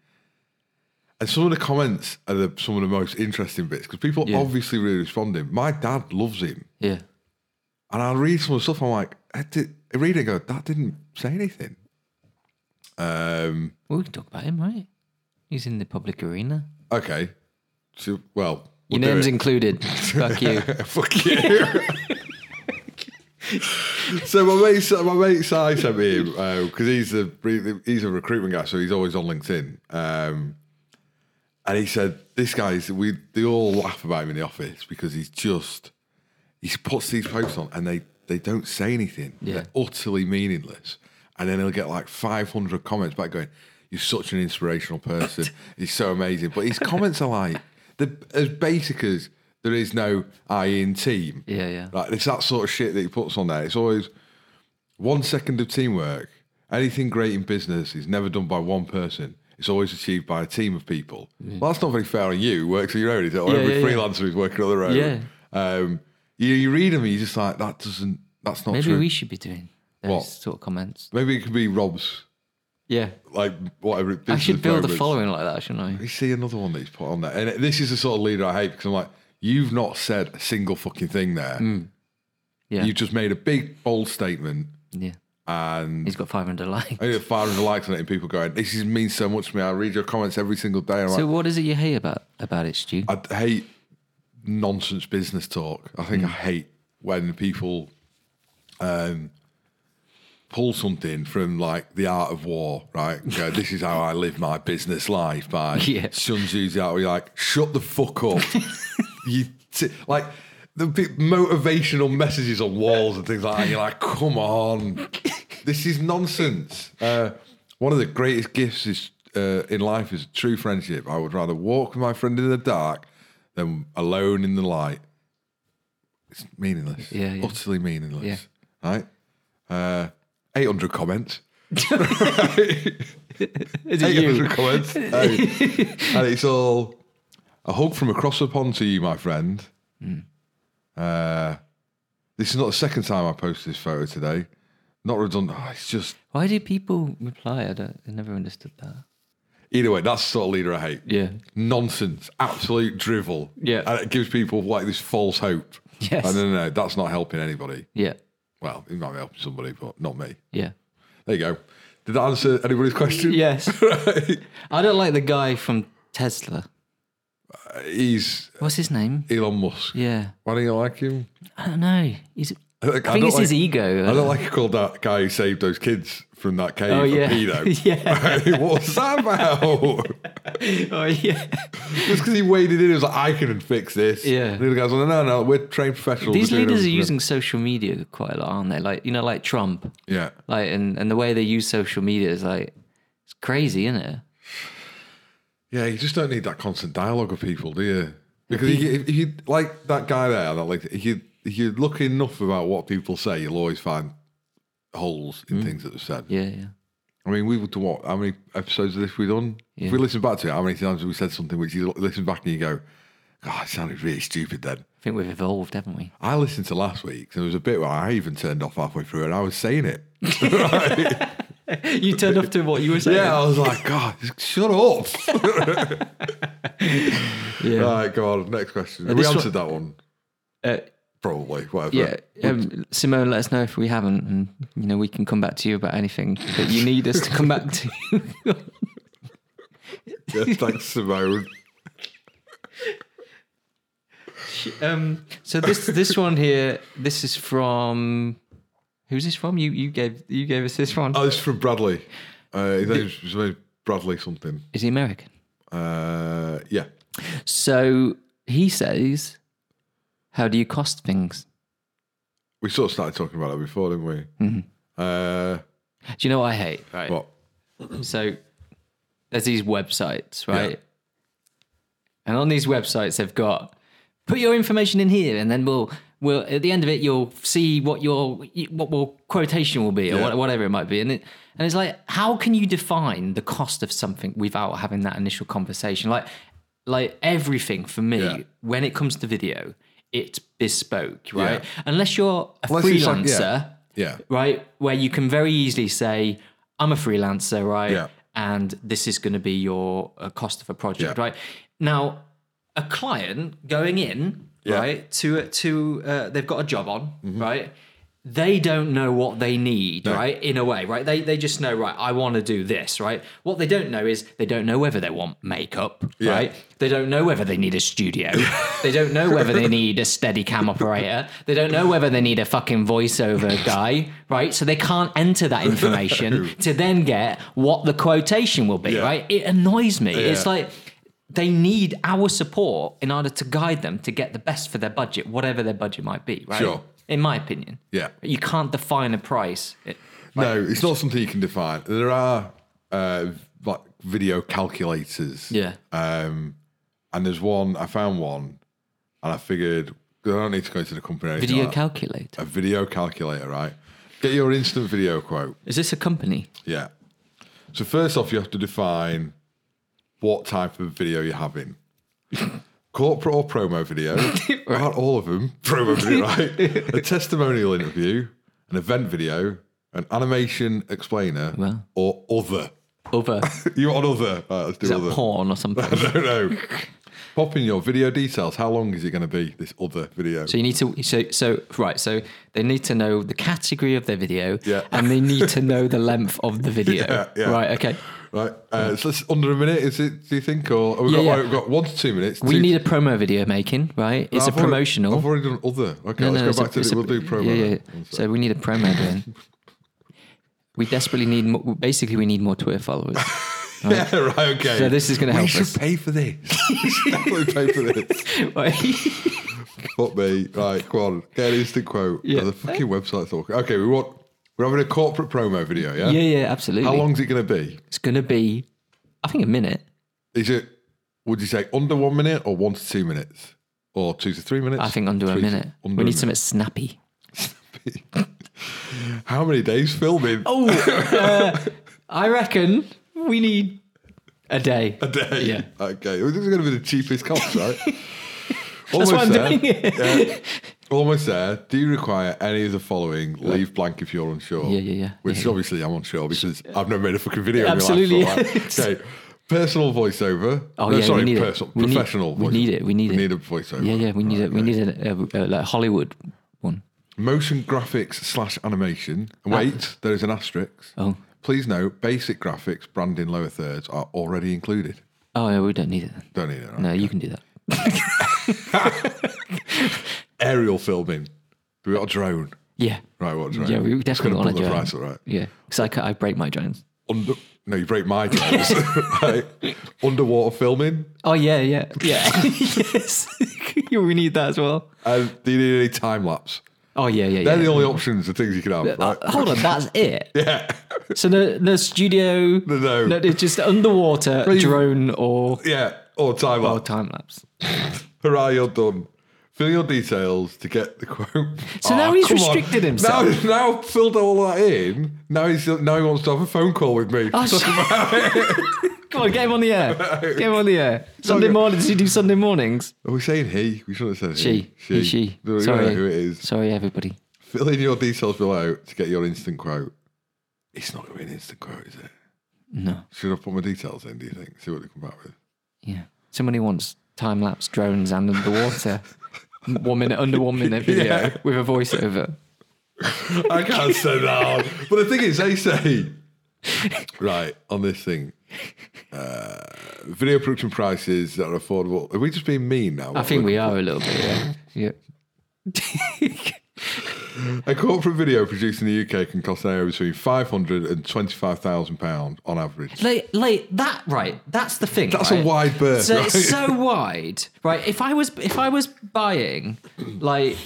S2: And some of the comments are the, some of the most interesting bits because people
S1: Yeah.
S2: obviously really responding. My dad loves him.
S1: Yeah.
S2: And I read some of the stuff. I'm like, I, did, I read it and go, that didn't say anything. Um,
S1: Well, we can talk about him, right? He's in the public arena.
S2: okay. So, well,
S1: Your
S2: we'll do
S1: name's <laughs>
S2: it.
S1: included. Fuck you.
S2: <laughs> Fuck
S1: <laughs>
S2: you. so my mate, so my mate Si sent me him because he's a he's a recruitment guy, so he's always on LinkedIn. Um, and he said, "This guy's we they all laugh about him in the office because he's just he puts these posts on and they they don't say anything.
S1: Yeah.
S2: They're utterly meaningless. And then he'll get like 500 comments back going, "You're such an inspirational person. he's so amazing." But his comments are like the as basic as there is no I in team.
S1: Yeah, yeah.
S2: Like it's that sort of shit that he puts on there. It's always one second of teamwork. Anything great in business is never done by one person. It's always achieved by a team of people. Well, that's not very fair on you. Works on your own, is it? Or
S1: Yeah,
S2: every
S1: yeah, yeah.
S2: freelancer is working on their own.
S1: Yeah.
S2: Um, you, you read them, and you're just like, that doesn't. That's not
S1: Maybe
S2: true.
S1: we should be doing those
S2: What?
S1: sort of comments.
S2: Maybe it could be Rob's,
S1: Yeah.
S2: like whatever. It,
S1: I should build a
S2: moments.
S1: following like that, shouldn't
S2: You see another one that he's put on there, and this is the sort of leader I hate because I'm like, you've not said a single fucking thing there.
S1: Mm. Yeah.
S2: You've just made a big bold statement,
S1: I? Yeah.
S2: and
S1: He's got 500 likes.
S2: I get 500 likes on it, and people going, "This is, means so much to me." I read your comments every single day. I'm
S1: So
S2: like,
S1: what is it you hate about about it, Stu?
S2: I d- hate nonsense business talk. I think I hate when people um, pull something from like the art of war, right? and Go, this is how I live my business life
S1: <laughs>
S2: by
S1: Yeah.
S2: Sun Tzu's out. You're like, shut the
S1: <laughs>
S2: fuck up. you t- like the bit motivational messages on walls and things like that. You're like, come on, this is nonsense. Uh, one of the greatest gifts is uh, in life is true friendship. I would rather walk with my friend in the dark than alone in the light. It's meaningless.
S1: Yeah, yeah.
S2: utterly meaningless.
S1: Yeah.
S2: Right. Uh, 800 comments.
S1: Is it
S2: 800
S1: you? <laughs>
S2: comments. Hey. and it's all a hug from across the pond to you, my friend.
S1: Hmm.
S2: Uh, this is not the second time I posted this photo today. Not redundant. oh, it's just
S1: Why do people reply? I don't. I never understood that.
S2: either way. That's the sort of leader I hate.
S1: Yeah.
S2: Nonsense, absolute drivel.
S1: Yeah.
S2: and it gives people like this false hope.
S1: Yes.
S2: and no, no, no, that's not helping anybody.
S1: Yeah.
S2: Well, it might be helping somebody, but not me.
S1: Yeah.
S2: There you go. Did that answer anybody's question? <laughs>
S1: Yes. I don't like the guy from Tesla.
S2: He's
S1: What's his name?
S2: Elon Musk.
S1: Yeah.
S2: Why don't you like him?
S1: I don't know. He's. I
S2: I,
S1: think
S2: don't
S1: it's his
S2: like-
S1: ego.
S2: I don't like you called that guy who saved those kids from that cave
S1: Oh
S2: a
S1: yeah. <laughs>
S2: pedo.
S1: yeah.
S2: what was that about?
S1: <laughs> Oh yeah.
S2: Just because he waded in, he was like, I can fix this.
S1: Yeah.
S2: The other guy's like, no, no, we're trained professionals.
S1: These
S2: We're doing
S1: leaders are
S2: everything."
S1: using social media quite a lot, aren't they? Like you know, like Trump.
S2: Yeah.
S1: Like and and the way they use social media is like it's crazy, isn't it?
S2: Yeah, you just don't need that constant dialogue with people, do you? Because if you, if you like that guy there, that like if you if you look enough about what people say, you'll always find holes
S1: Hmm.
S2: in things that are said.
S1: Yeah. Yeah.
S2: I mean, we've done what? How many episodes of this we done? If we listen back to it, how many times have we said something which you l- listen back and you go, "God, it sounded really stupid then."
S1: I think we've evolved, haven't we?
S2: I listened to last week, and there was a bit where I even turned off halfway through, and I was saying it.
S1: You turned off to what you were saying.
S2: Yeah, I was like, "God, just shut up!"
S1: Yeah.
S2: <laughs> right, go on. Next question. we
S1: this one-
S2: answered that one,
S1: Uh,
S2: probably. Whatever. <laughs>
S1: yeah. Um, Simone, let us know if we haven't, and you know we can come back to you about anything that you need us to come back to.
S2: Yeah, thanks, Simone.
S1: <laughs> um, so this this one here, this is from. Who's this from? You you gave you gave us this one.
S2: Oh, this is from Bradley. Uh, his name's his name's Bradley something.
S1: Is he American?
S2: Uh, yeah.
S1: So he says, "How do you cost things?"
S2: We sort of started talking about that before, didn't we?
S1: Mm-hmm.
S2: Uh,
S1: Do you know what I hate? Right.
S2: what? Mm.
S1: So there's these websites, right? And on these websites, they've got put your information in here, and then we'll we'll at the end of it, you'll see what your what will quotation will be or
S2: Yeah.
S1: what whatever it might be. And it and it's like, how can you define the cost of something without having that initial conversation? Like like everything for me
S2: Yeah.
S1: when it comes to video, it's bespoke,
S2: Yeah.
S1: right? Unless you're a
S2: Unless it's like-
S1: freelancer
S2: yeah. Yeah.
S1: right? Where you can very easily say, I'm a freelancer, right?
S2: Yeah.
S1: And this is going to be your uh, cost of a project,
S2: Yeah.
S1: right? Now, a client going in,
S2: Yeah. Mm-hmm.
S1: right, to a- to uh, they've got a job on, right? They don't know what they need, right? In a way, right? They they just know, right? I want to do this, right? What they don't know is they don't know whether they want makeup,
S2: Yeah.
S1: right? They don't know whether they need a studio. they don't know whether they need a steady cam operator. They don't know whether they need a fucking voiceover guy, right? So they can't enter that
S2: <laughs>
S1: information to then get what the quotation will be,
S2: Yeah.
S1: right? It annoys me. It's
S2: Yeah.
S1: like they need our support in order to guide them to get the best for their budget, whatever their budget might be, right?
S2: Sure.
S1: In my opinion.
S2: Yeah.
S1: You can't define a price. It-
S2: No, it's not something you can define. There are uh, like video calculators.
S1: yeah.
S2: Um, and there's one I found one, and I figured I don't need to go into the company. or anything
S1: Video
S2: like that.
S1: calculator.
S2: a video calculator, right? Get your instant video quote.
S1: Is this a company?
S2: Yeah. So first off, you have to define what type of video you're
S1: <laughs>
S2: having. Corporate or promo video? About all of them. Promo video,
S1: <laughs>
S2: right? a testimonial interview, an event video, an animation explainer,
S1: Wow.
S2: or other. <laughs>
S1: Other.
S2: You on other? Right, let's do
S1: Is that
S2: <laughs> other.
S1: porn or something?
S2: no, no. Pop in your video details. How long is it going to be? This other video.
S1: So you need to so so right. So they need to know the category of their video,
S2: Yeah.
S1: and they need to know
S2: <laughs>
S1: the length of the video.
S2: Yeah, yeah.
S1: Right. Okay.
S2: Right. Uh, so it's under a minute, is it? Do you think, or have we
S1: Yeah,
S2: got,
S1: yeah.
S2: we've got one to two minutes?
S1: We
S2: two-
S1: need a promo video making. Right. It's a
S2: I've already-
S1: promotional.
S2: I've already done other. Okay,
S1: No,
S2: let's
S1: no, it's
S2: go
S1: a-
S2: back to
S1: it's
S2: the
S1: a-
S2: We'll do promo.
S1: Yeah, yeah.
S2: then. One sec.
S1: So we need a promo
S2: <laughs>
S1: then. we desperately need. More, basically, we need more Twitter
S2: <laughs>
S1: followers.
S2: yeah, <laughs> right. Okay.
S1: So this is gonna help
S2: We should
S1: us.
S2: pay
S1: <laughs>
S2: for this. we should definitely pay for this.
S1: Right.
S2: Fuck me. Right, come on. Get an instant quote.
S1: Yeah.
S2: Yeah. The fucking website's talking. Okay, we want. We're having a corporate promo video. Yeah.
S1: yeah, yeah, absolutely.
S2: How long's it going to be?
S1: It's gonna be, I think, a minute.
S2: Is it? Would you say under one minute or one to two minutes or two to three minutes?
S1: I think under a
S2: Three to-
S1: minute.
S2: under
S1: we
S2: a
S1: need something snappy.
S2: minute. <laughs> How many days filming?
S1: Oh, uh, I reckon we need a day.
S2: a day.
S1: Yeah.
S2: Okay. Well, this is going to be the cheapest cost, right?
S1: <laughs> That's why I'm
S2: there.
S1: doing it.
S2: Yeah. Almost there. Do you require any of the following? Leave blank if you're unsure.
S1: Yeah, yeah, yeah.
S2: Which obviously I'm unsure because I've never made a fucking video.
S1: Absolutely,
S2: In my life, so,
S1: yeah. <laughs>
S2: like, okay. Personal voiceover.
S1: Oh
S2: no,
S1: yeah,
S2: sorry,
S1: we need
S2: personal,
S1: it. We need-
S2: professional.
S1: we
S2: voiceover.
S1: need it. We need
S2: we
S1: it.
S2: need a voiceover.
S1: Yeah, yeah, we need it. We need a, a, a like Hollywood one.
S2: Motion graphics slash animation. Wait, there is an asterisk.
S1: Ah. Oh.
S2: Please note, basic graphics, branding, lower thirds are already included.
S1: Oh, no, we don't need it.
S2: Don't need it. Right?
S1: No, you can do that.
S2: Aerial filming. Do we got a drone?
S1: Yeah.
S2: Right, what drone?
S1: Yeah, we
S2: It's
S1: definitely
S2: gonna
S1: want
S2: put
S1: to
S2: the
S1: do
S2: price, all right.
S1: Yeah, because I, ca- I break my joints.
S2: Under, no, you break my jaws. <laughs> right? Underwater filming.
S1: Oh yeah, yeah, <laughs> yeah. yes, we need that as well.
S2: And do you need any time lapse?
S1: Oh yeah, yeah,
S2: They're
S1: yeah.
S2: the only options of things you can have.
S1: <laughs>
S2: Right?
S1: Uh, Hold on, that's it. <laughs> yeah.
S2: <laughs>
S1: So no, no studio.
S2: No, no.
S1: it's just underwater drone or
S2: Yeah, or time
S1: or
S2: lapse.
S1: Oh, time lapse.
S2: Hurrah, you're done. Fill your details to get the quote.
S1: So
S2: Aw, <laughs>
S1: now he's
S2: come on.
S1: restricted himself.
S2: Now, now I've filled all that in. Now he's now he wants to have a phone call with me.
S1: Oh, shit. <laughs> <laughs> Come on, get him on the air. Get him on the air. Sunday
S2: Okay.
S1: mornings. You do Sunday mornings.
S2: Are we saying he? We shouldn't have said
S1: She, she,
S2: he.
S1: she.
S2: No, you
S1: Sorry,
S2: know who it is.
S1: Sorry, everybody.
S2: Fill in your details below to get your instant quote. It's not going to be an instant quote, is it?
S1: No.
S2: Should I put my details in? Do you think? See what they come back with.
S1: Yeah. Somebody wants time lapse drones and underwater. <laughs> one minute, under one minute video
S2: Yeah.
S1: with a voiceover.
S2: I can't say that. But the thing is, they say, right, on this thing, uh, video production prices that are affordable. Are we just being mean now?
S1: I think we are a little bit. Yeah. yeah.
S2: A corporate video produced in the UK can cost anywhere between 500 and 25,000 pounds on average.
S1: Like, like that, right? That's the thing.
S2: That's a
S1: right?
S2: wide berth,
S1: So
S2: right?
S1: it's so wide, right? If I was, if I was buying like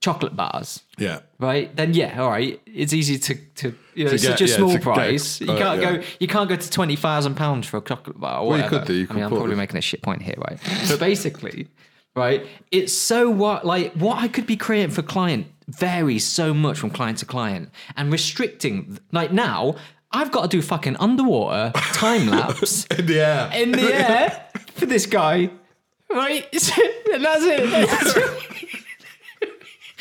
S1: chocolate bars,
S2: Yeah.
S1: right? Then yeah, all right. It's easy to to you know, it's
S2: get-
S1: such a
S2: yeah,
S1: small
S2: to get-
S1: price. you
S2: uh,
S1: can't
S2: yeah.
S1: go, you can't go to twenty thousand pounds for a chocolate bar. Or
S2: Well, you
S1: whatever.
S2: could do, you could
S1: I mean, I'm
S2: put-
S1: probably making a shit point here, right? But basically, right? It's so what like what I could be creating for client varies so much from client to client, and restricting like now. I've got to do fucking underwater time
S2: <laughs>
S1: lapse
S2: In the air.
S1: in <laughs> the air for <laughs> this guy, right? and that's it.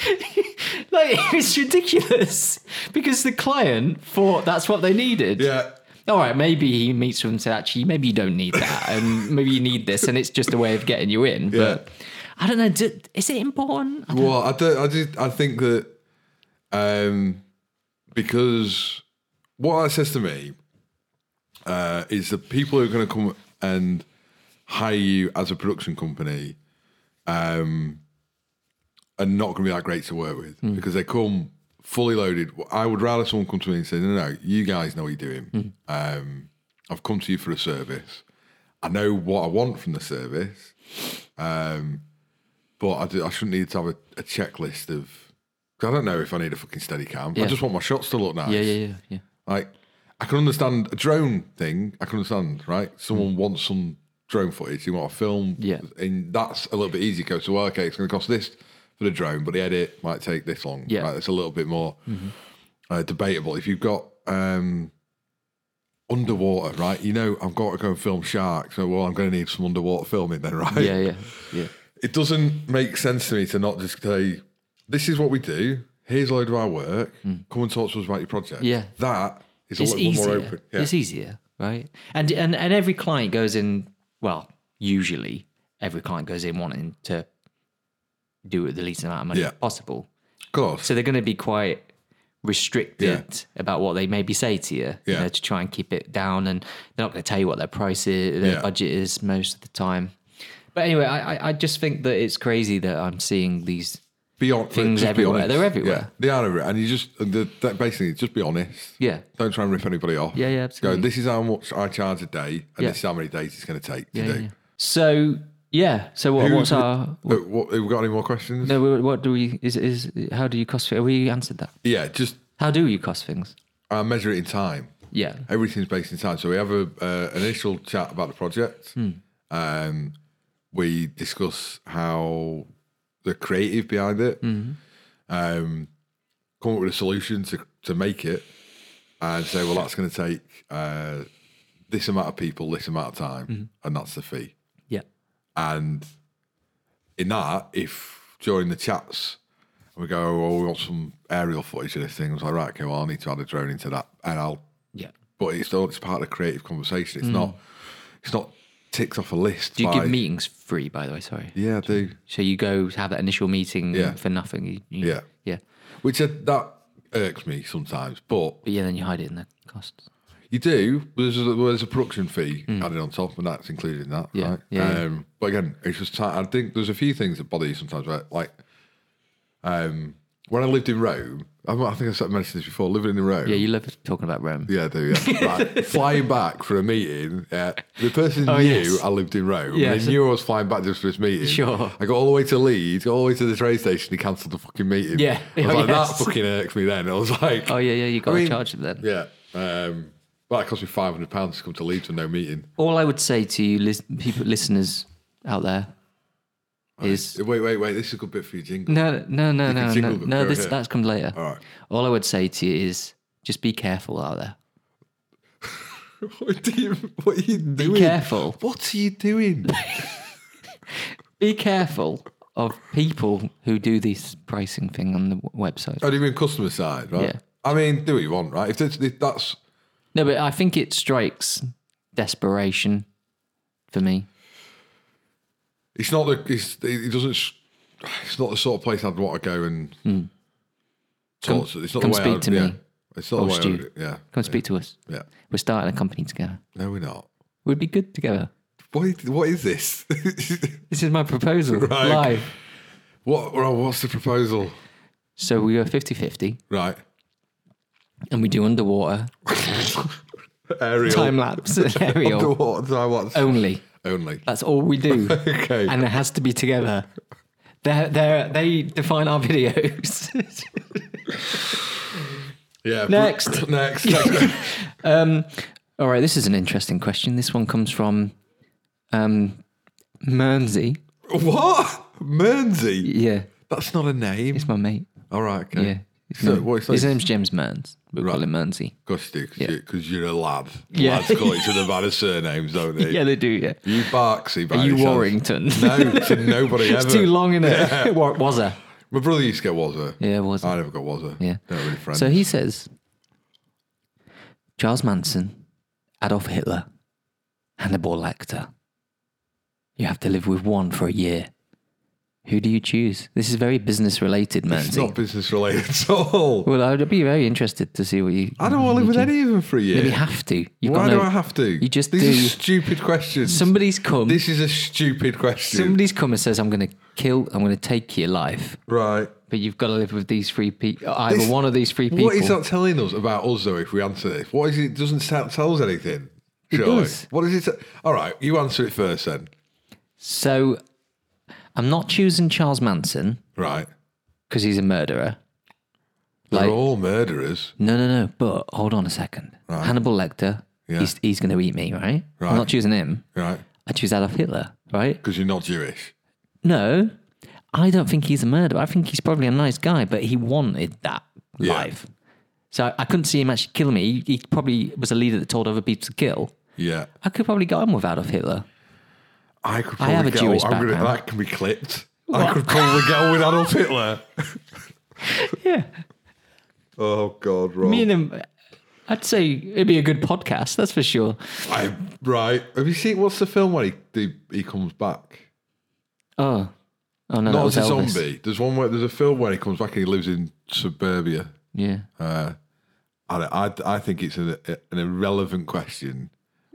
S1: <laughs> like it's ridiculous because the client thought that's what they needed.
S2: <laughs> Yeah.
S1: All right, maybe he meets with them and said, actually, maybe you don't need that, and maybe you need this, and it's just a way of getting you in. But I don't know. Do, is it important? I don't-
S2: Well, I don't, I just I think that um because what that says to me uh is the people who are going to come and hire you as a production company um are not going to be that great to work with
S1: Hmm.
S2: because they come fully loaded. I would rather someone come to me and say, "No, no, you guys know what you're doing.
S1: Hmm.
S2: Um, I've come to you for a service. I know what I want from the service." Um, but I, do, I shouldn't need to have a, a checklist of. 'cause I don't know if I need a fucking steady cam.
S1: Yeah.
S2: I just want my shots to look nice.
S1: Yeah, yeah, yeah, yeah.
S2: Like, I can understand a drone thing. I can understand, right? Someone wants some drone footage. You want a film.
S1: Hmm. Yeah.
S2: And that's a little bit easier because, so, well, okay, it's going to cost this for the drone, but the edit might take this long.
S1: Yeah. Mm-hmm.
S2: Right, it's a little bit more uh, debatable. If you've got um, underwater, right? You know, I've got to go and film sharks. So, well, I'm going to need some underwater filming then, <laughs> right?
S1: Yeah, yeah, yeah.
S2: it doesn't make sense to me to not just say, this is what we do. Here's a load of our work. Come and talk to us about your project.
S1: Hmm. Yeah.
S2: That is
S1: It's
S2: a little bit
S1: easier.
S2: more open. Yeah.
S1: It's easier, right? And and and every client goes in. Well, usually every client goes in wanting to do it with the least amount of money
S2: Yeah.
S1: possible.
S2: Of course.
S1: e- So they're going to be quite restricted about what they maybe say to you, you
S2: Yeah.
S1: know, to try and keep it down. And they're not going to tell you what their price is, their
S2: Yeah.
S1: budget is most of the time. But anyway, I, I- I just think that it's crazy that I'm seeing these.
S2: Be on,
S1: Things
S2: just be
S1: everywhere.
S2: honest.
S1: They're everywhere.
S2: Yeah, they are everywhere. And you just, the, that basically, just be honest.
S1: Yeah.
S2: Don't try and rip anybody off.
S1: Yeah, yeah, absolutely.
S2: Go, this is how much I charge a day, and
S1: Yeah.
S2: this is how many days it's going to take to
S1: Yeah,
S2: do.
S1: yeah. So, yeah. So what, what's
S2: Who's re-
S1: our.
S2: Uh, what, have we got any more questions?
S1: No, what- what do we. Is, is How do you cost. Have we answered that?
S2: Yeah, just
S1: How do you cost things?
S2: uh, measure it in time.
S1: Yeah.
S2: everything's based in time. So we have a uh, an initial chat about the project. Um, we discuss how the creative behind it, um, come up with a solution to to make it, and say, well, that's going to take uh, this amount of people, this amount of time, and that's the fee.
S1: Yeah.
S2: And in that, if during the chats we go, oh, we want some aerial footage of this thing, I was like, right, okay, well, I need to add a drone into that, and I'll
S1: Yeah.
S2: but it's all it's part of the creative conversation. It's not it's not ticked off a list.
S1: Hmm. Do you
S2: by-
S1: give meetings free, by the way? Sorry.
S2: Yeah, I do.
S1: So you go have that initial meeting
S2: Yeah.
S1: for nothing. You- you-
S2: Yeah.
S1: Yeah.
S2: Which uh, that irks me sometimes, but
S1: But yeah, then you hide it in the costs.
S2: you do. but There's a, there's a production fee added on top, and that's included in that.
S1: Hmm. Yeah,
S2: right?
S1: yeah, yeah.
S2: Um, but again, it's just ti- I think there's a few things that bother you sometimes. Right? Like, um, when I lived in Rome, I, I think I mentioned this before. Living in Rome,
S1: Yeah, you love talking about Rome.
S2: Yeah, I do.
S1: <laughs>
S2: Yeah. Right. flying back for a meeting. Yeah. The person
S1: Oh,
S2: knew
S1: yes.
S2: I lived in Rome.
S1: Yes.
S2: They knew I was flying back just for this meeting.
S1: Sure.
S2: I got all the way to Leeds, got all the way to the train station. He cancelled the fucking meeting.
S1: Yeah.
S2: I
S1: <laughs>
S2: was
S1: Oh,
S2: like,
S1: yes.
S2: that fucking irks me then. I was like,
S1: Oh yeah, yeah, you got to
S2: mean-
S1: charge them then.
S2: yeah. Um, well, it cost me £500 to come to Leeds with no meeting.
S1: All I would say to you, lis- people, listeners out there, is
S2: Wait, wait, wait. This is a good bit for your jingle.
S1: no, no, no, no, no,
S2: jingle them,
S1: no.
S2: go
S1: This
S2: ahead.
S1: that's come later.
S2: All right. <laughs>
S1: All I would say to you is just be careful out there.
S2: What, do you, what are you doing?
S1: careful.
S2: What are you doing?
S1: Be careful of people who do this pricing thing on the w- website.
S2: oh, do you mean customer side, right?
S1: Yeah.
S2: I mean, do what you want, right? If, that's- if that's
S1: No, but I think it strikes desperation for me.
S2: It's not the. It's, it doesn't. s- It's not the sort of place I'd want to go and
S1: Hmm. Come-
S2: talk to. It's not
S1: come
S2: the way
S1: speak
S2: I'd,
S1: to
S2: yeah.
S1: me
S2: It's not
S1: or
S2: the way. I
S1: Stu.
S2: would- yeah,
S1: Come speak to us.
S2: yeah.
S1: We're starting a company together.
S2: No, we're not.
S1: We'd be good together.
S2: What? is- What is this? <laughs>
S1: This is my proposal.
S2: Right.
S1: Live.
S2: what? well, What's the proposal?
S1: So we go 50 50
S2: Right. <laughs>
S1: and we do underwater
S2: Oh. Aerial.
S1: time lapse and aerial
S2: Underwater time lapse
S1: only.
S2: only.
S1: Oh. That's all we do.
S2: <laughs> Okay.
S1: And it has to be together. They're, they're, they define our videos. <laughs>
S2: yeah. br-
S1: Next.
S2: next. next.
S1: <laughs> um, all right, this is an interesting question. This one comes from um, Mernsey.
S2: what? Mernsey.
S1: Yeah,
S2: That's not a name.
S1: it's my mate.
S2: All right. Okay.
S1: Yeah. His,
S2: So
S1: name-
S2: what is
S1: his
S2: that?
S1: name's James Merns. We call
S2: Right.
S1: him Mernsey.
S2: Because you,
S1: Yeah.
S2: because you're a lad.
S1: Yeah.
S2: Lads call each
S1: <laughs>
S2: other by the surnames, don't they?
S1: Yeah, they do, yeah.
S2: You Barksy, by
S1: Are you
S2: any
S1: <laughs> Warrington?
S2: chance? No, to nobody ever.
S1: <laughs> It's too long, innit? it? was
S2: My brother used to get Wazza.
S1: Yeah, was
S2: I never got Wazza.
S1: Yeah.
S2: Not really friends.
S1: So he says Charles Manson, Adolf Hitler, Hannibal Lecter. You have to live with one for a year. Who do you choose? This is very business related,
S2: it's
S1: Manson.
S2: not business related at all.
S1: Well, I'd be very interested to see what you.
S2: I don't want to live with any of them for a year.
S1: You have to. You've
S2: Why
S1: got
S2: do
S1: no-
S2: I have to?
S1: You just
S2: These
S1: do.
S2: are stupid questions.
S1: Somebody's come.
S2: This is a stupid question.
S1: somebody's come and says, "I'm going to kill. I'm going to take your life."
S2: right.
S1: But you've got to live with these three people. Either
S2: This-
S1: one of these three people.
S2: What is that telling us about us, though, if we answer this? What is it? it doesn't tell, tell us anything. It
S1: does.
S2: What is it? t- All right, you answer it first then.
S1: So, I'm not choosing Charles Manson
S2: Right.
S1: because he's a murderer.
S2: They're
S1: Like-
S2: all murderers.
S1: No, no, no. But hold on a second. Hannibal Lecter,
S2: Yeah.
S1: he's, he's going to eat me, right?
S2: Right.
S1: I'm not choosing him.
S2: Right.
S1: I choose Adolf Hitler, right?
S2: Because you're not Jewish.
S1: No, I don't think he's a murderer. I think he's probably a nice guy, but he wanted that
S2: Yeah.
S1: life. So I- I couldn't see him actually killing me. He, he probably was a leader that told other people to kill.
S2: Yeah.
S1: I could probably go on with Adolf Hitler.
S2: I could
S1: I
S2: probably
S1: have a
S2: get
S1: Jewish
S2: on- I'm gonna-
S1: background.
S2: that can be clipped. I could probably get on with Adolf Hitler.
S1: <laughs> Yeah,
S2: Oh, God, Rob.
S1: me and him. I'd say it'd be a good podcast. That's for sure.
S2: I, right. Have you seen what's the film where he, he, he comes back?
S1: Oh, oh no, that
S2: Not
S1: was
S2: as a
S1: Elvis.
S2: zombie. There's one where there's a film where he comes back and he lives in suburbia.
S1: Yeah.
S2: And I, I, I think it's an, an irrelevant question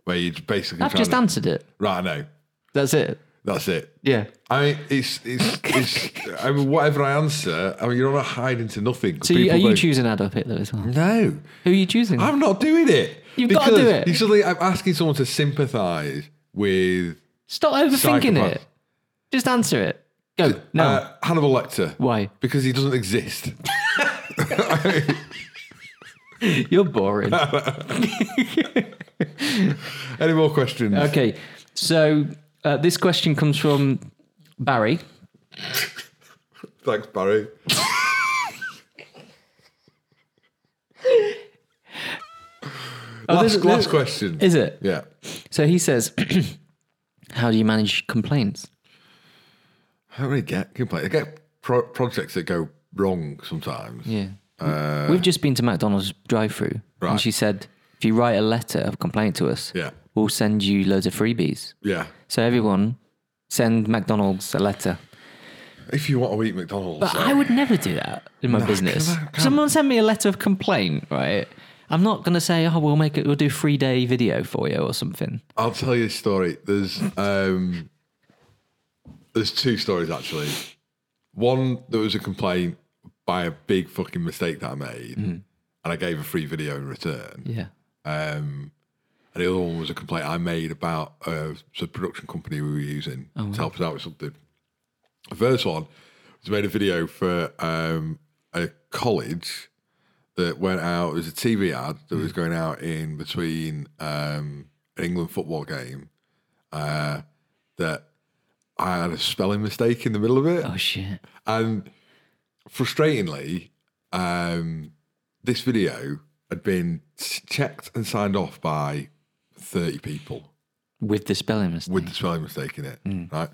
S2: where you're basically
S1: I've
S2: trying
S1: just
S2: to,
S1: answered it.
S2: right. I know
S1: That's it.
S2: that's it.
S1: Yeah.
S2: I mean, it's
S1: <laughs>
S2: it's it's. I mean, whatever I answer, I mean, you're not hiding to nothing. 'cause
S1: So you,
S2: people
S1: are you
S2: don't-
S1: choosing Adolf Hitler as well?
S2: No,
S1: Who are you choosing?
S2: I'm not doing it.
S1: You've gotta do
S2: Because
S1: it.
S2: You suddenly, I'm asking someone to sympathise with
S1: Stop overthinking
S2: Psychopath.
S1: it. Just answer it. Go. No.
S2: uh, Hannibal Lecter.
S1: Why?
S2: Because he doesn't exist. <laughs>
S1: You're <laughs> boring.
S2: Any more questions?
S1: okay. So uh, this question comes from Barry.
S2: Thanks, Barry.
S1: there's-
S2: last,
S1: there's-
S2: last question.
S1: Oh, Is it?
S2: Yeah.
S1: So he says, <clears throat> How do you manage complaints?
S2: I don't really get complaints. I get pro- projects that go wrong sometimes.
S1: Yeah. We've just been to McDonald's drive through
S2: Uh, Right.
S1: and she said, If you write a letter of complaint to us,
S2: Yeah.
S1: we'll send you loads of freebies.
S2: Yeah.
S1: So everyone, send McDonald's a letter.
S2: If you want to eat McDonald's,
S1: But I would never do that in my business.
S2: come on, come
S1: Someone send me a letter of complaint, right? I'm not going to say, oh, we'll make it, we'll do a three day video for you or something.
S2: I'll tell you a story. There's um, there's two stories actually. One there was a complaint by a big fucking mistake that I made, and I gave a free video in return.
S1: Yeah.
S2: Um, and the other one was a complaint I made about uh, the production company we were using to help us out with something. The first one was made a video for um, a college that went out. It was a TV ad that was going out in between um, an England football game. Uh, that I had a spelling mistake in the middle of it.
S1: Oh, shit.
S2: And frustratingly, um, this video had been s- checked and signed off by 30 people
S1: With the spelling mistake.
S2: with the spelling mistake in it,
S1: Mm.
S2: right?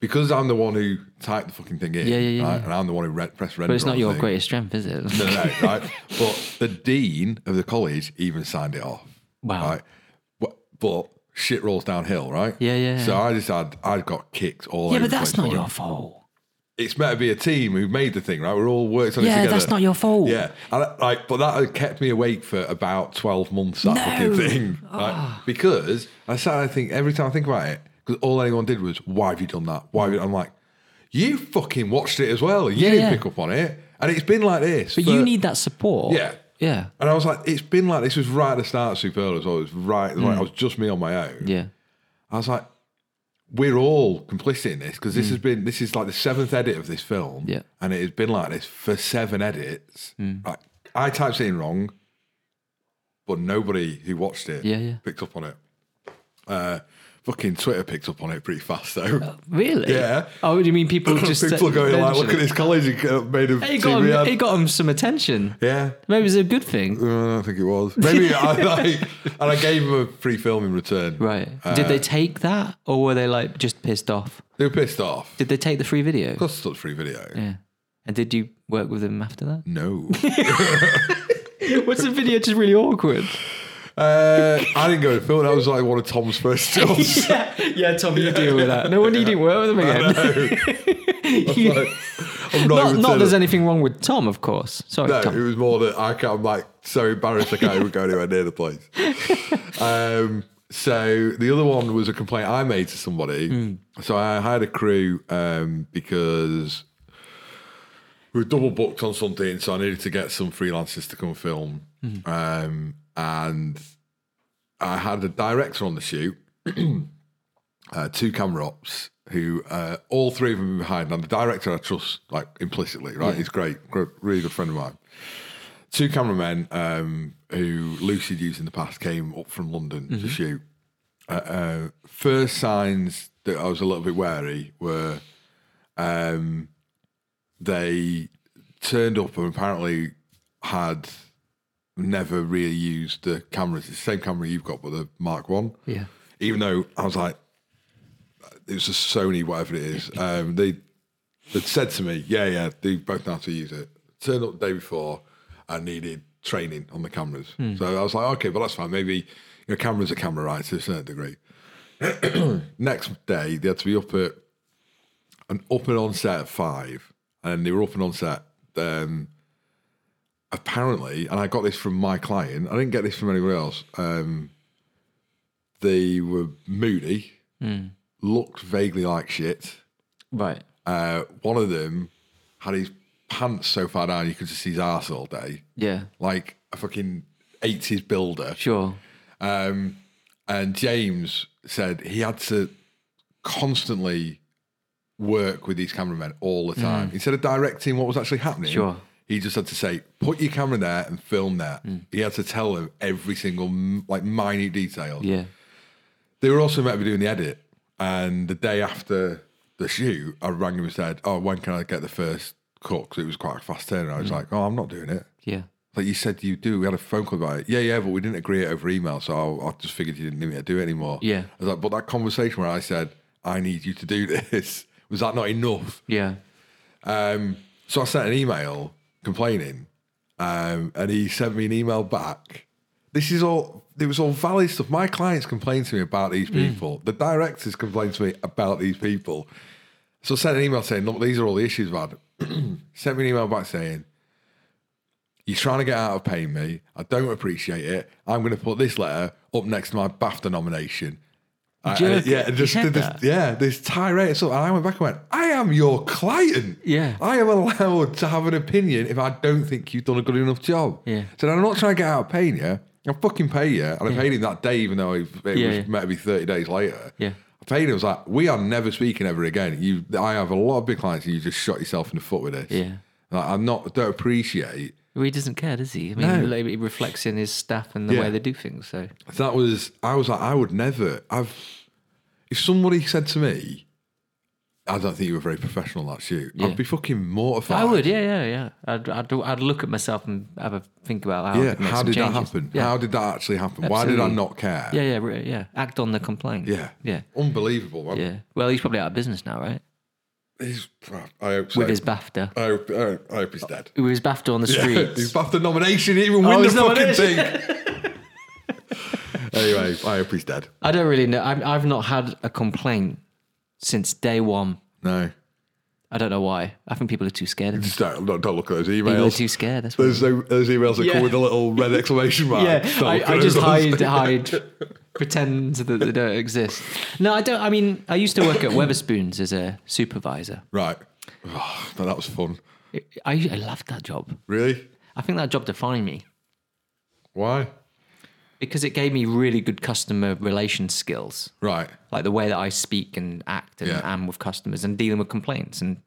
S2: Because I'm the one who typed the fucking thing in,
S1: Yeah, yeah, yeah,
S2: right? And I'm the one who re- pressed render.
S1: but it's
S2: on
S1: not
S2: the
S1: your
S2: thing.
S1: greatest strength, is <laughs> it?
S2: No, no, no, right? But the dean of the college even signed it off.
S1: Wow.
S2: Right? But, but shit rolls downhill, right?
S1: Yeah, yeah,
S2: So
S1: yeah.
S2: I just had, I got kicked all
S1: yeah,
S2: over
S1: but
S2: the
S1: that's
S2: place
S1: not
S2: for it
S1: your fault.
S2: it's meant to be a team who made the thing, right? We're all worked on it
S1: Yeah,
S2: together.
S1: that's not your fault.
S2: Yeah, and I, like, but that had kept me awake for about twelve months. That fucking thing, right?
S1: Ah.
S2: Because I sat there and think every time I think about it, because all anyone did was, "Why have you done that? Why?" Have you? I'm like, "You fucking watched it as well. and You
S1: Yeah,
S2: didn't
S1: yeah.
S2: pick up on it, and it's been like this."
S1: But
S2: for-
S1: you need that support.
S2: yeah.
S1: Yeah.
S2: And I was like, "It's been like this." Was right at the start of Super Bowl as well. It was right.
S1: Mm.
S2: Like, I was just me on my own.
S1: Yeah.
S2: I was like, we're all complicit in this because this has been this is like the seventh edit of this film,
S1: Hmm. Yeah. Hmm.
S2: and it has been like this for seven edits. Like, I typed it in wrong, but nobody who watched it
S1: Yeah, yeah.
S2: picked up on it. Uh, Fucking Twitter picked up on it pretty fast though.
S1: Really?
S2: <laughs> Yeah.
S1: Oh, do you mean
S2: <coughs>
S1: people
S2: <laughs>
S1: just
S2: People are going like, look at
S1: mention
S2: this college he uh, made of
S1: it? He got, him, he
S2: TV.
S1: got him some attention.
S2: Yeah.
S1: Maybe it's a good thing.
S2: Uh, I don't think it was. <laughs> Maybe I, I and I gave him a free film in return.
S1: Right.
S2: Uh,
S1: Did they take that or were they like just pissed off?
S2: They were pissed off.
S1: Did they take the free video?
S2: Plus, it's not free video.
S1: Yeah. And did you work with them after that?
S2: <laughs> No,
S1: <laughs> What's the video just really awkward?
S2: uh, I didn't go to film. That was like one of Tom's <laughs> first jobs.
S1: yeah, yeah, Tom, you deal with that. No wonder you didn't work with him again. <laughs>
S2: <laughs>
S1: You-
S2: Like, I'm not,
S1: not
S2: even
S1: not
S2: saying
S1: there's
S2: it.
S1: anything wrong with Tom, of course. Sorry,
S2: No, it
S1: Tom.
S2: was more that I can't, I'm like so embarrassed I can't even go anywhere near the
S1: <laughs>
S2: place. Um, so the other one was a complaint I made to somebody.
S1: Hmm.
S2: So I hired a crew um, because we were double booked on something, so I needed to get some freelancers to come film.
S1: Hmm.
S2: Um, and I had a director on the shoot, <clears throat> uh, two camera ops, who uh, all three of them were behind. And the director I trust like implicitly, right? He's great, gr- really good friend of mine. Two cameramen um, who Lucy used in the past came up from London to shoot. Uh, uh, first signs that I was a little bit wary were um, they turned up and apparently had never really used the cameras. It's the same camera you've got, but the Mark One.
S1: Yeah.
S2: Even though I was like, it was a Sony, whatever it is. Um, they they said to me, yeah, yeah, they both know how to use it. Turned up the day before, I needed training on the cameras. So I was like, okay, but that's fine. Maybe you know, camera's a camera, right? To a certain degree. <clears throat> Next day, they had to be up at and up and on set at five, and they were up and on set. Um, apparently, and I got this from my client. I didn't get this from anyone else. Um, they were moody, looked vaguely like shit.
S1: Right.
S2: Uh, one of them had his pants so far down you could just see his ass all day,
S1: Yeah.
S2: like a fucking eighties builder.
S1: Sure.
S2: Um, and James said he had to constantly work with these cameramen all the time. Instead of directing what was actually happening,
S1: Sure.
S2: he just had to say, put your camera there and film there. He had to tell them every single m- like minute detail.
S1: Yeah.
S2: They were also meant to be doing the edit. And the day after the shoot, I rang him and said, oh, when can I get the first cut? Because it was quite a fast turn. I was like, oh, I'm not doing it.
S1: Yeah.
S2: Like you said, you do. We had a phone call about it. Yeah, yeah, but we didn't agree it over email, so I, I just figured you didn't need me to do it anymore.
S1: Yeah.
S2: I was like, but that conversation where I said I need you to do this <laughs> was that not enough?
S1: Yeah.
S2: Um, so I sent an email complaining, um, and he sent me an email back. This is all. It was all valid stuff. My clients complained to me about these
S1: Hmm.
S2: people. The directors complained to me about these people. So I sent an email saying, "Look, these are all the issues I've had." <clears throat> sent me an email back saying, "You're trying to get out of paying me. I don't appreciate it. I'm going to put this letter up next to my BAFTA nomination." I-
S1: you
S2: I-
S1: look-
S2: yeah,
S1: you
S2: and just
S1: said
S2: did this,
S1: that?
S2: yeah, this tirade. So and I went back and went, I am your client.
S1: Yeah.
S2: I am allowed to have an opinion if I don't think you've done a good enough job.
S1: Yeah.
S2: So I'm not trying to get out of paying you. I fucking pay you. And I paid him that day, even though it was
S1: Yeah, yeah.
S2: meant to be 30 days later.
S1: Yeah.
S2: I paid him. I was like, we are never speaking ever again. You, I have a lot of big clients and you just shot yourself in the foot with this.
S1: Yeah.
S2: Like, I'm not, don't appreciate.
S1: Well, he doesn't care, does he? I mean,
S2: No.
S1: like, it reflects in his staff and the
S2: Yeah.
S1: way they do things. So,
S2: So that was, I was like, I would never, I've, if somebody said to me, I don't think you were very professional in that shoot.
S1: Yeah.
S2: I'd be fucking mortified.
S1: I would, yeah, yeah, yeah. I'd, I'd, I'd look at myself and have a think about how. I
S2: Yeah,
S1: could make
S2: how
S1: some
S2: did that
S1: changes.
S2: happen?
S1: Yeah.
S2: How did that actually happen? Why did I
S1: Absolutely.
S2: not care?
S1: yeah, yeah, re- yeah. Act on the complaint.
S2: Yeah.
S1: yeah,
S2: Unbelievable, man.
S1: yeah. Well, he's probably out of business now, right?
S2: He's, I hope so.
S1: With his BAFTA,
S2: I, hope, I, hope, I hope he's dead.
S1: with his BAFTA on
S2: <laughs>
S1: the streets.
S2: he's back the nomination, he even win the
S1: Oh, he's
S2: fucking
S1: nominated.
S2: thing. <laughs> anyway, I hope he's dead.
S1: I don't really know. I'm, I've not had a complaint since day one.
S2: No.
S1: I don't know why. I think people are too
S2: <laughs>
S1: scared. of it.
S2: Just don't, don't, don't look at those
S1: People are
S2: emails.
S1: too scared. That's
S2: Those,
S1: what
S2: those emails that
S1: Yeah.
S2: come with a little red exclamation
S1: <laughs>
S2: mark. <laughs>
S1: yeah,
S2: Don't look
S1: I, I
S2: at
S1: just
S2: those.
S1: hide, hide, pretend that they don't exist. No, I don't. I mean, I used to work at Weatherspoons as a supervisor.
S2: <laughs> Right. Oh, but that was fun.
S1: I, I loved that job.
S2: Really?
S1: I think that job defined me
S2: Why?
S1: because it gave me really good customer relation skills.
S2: Right.
S1: like the way that I speak and act and
S2: Yeah.
S1: am with customers and dealing with complaints and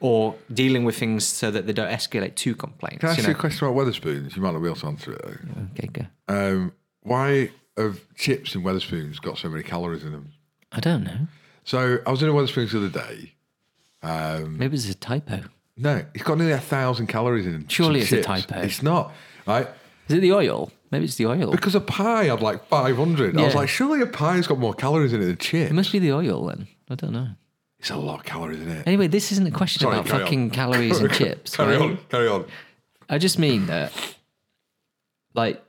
S1: or dealing with things so that they don't escalate to complaints.
S2: Can I ask
S1: you
S2: you,
S1: know?
S2: a question about Weatherspoons? You might not be able to answer it. Though.
S1: Okay, go.
S2: Um, why have chips and Weatherspoons got so many calories in them?
S1: I don't know.
S2: So I was in a Weather Springs the other day.
S1: Maybe it's a typo.
S2: No, it's got nearly a thousand calories in.
S1: Surely
S2: some
S1: it's a
S2: chips.
S1: typo.
S2: It's not. Right?
S1: Is it the oil? Maybe it's the oil.
S2: Because a pie had like 500. I was
S1: Yeah.
S2: like, surely a pie's got more calories in it than chips.
S1: it must be the oil then. I don't know.
S2: It's a lot of calories in it.
S1: Anyway, this isn't a question
S2: Sorry,
S1: about
S2: carry on.
S1: fucking calories and chips.
S2: <laughs> Carry
S1: right?
S2: on, carry on.
S1: I just mean that, like,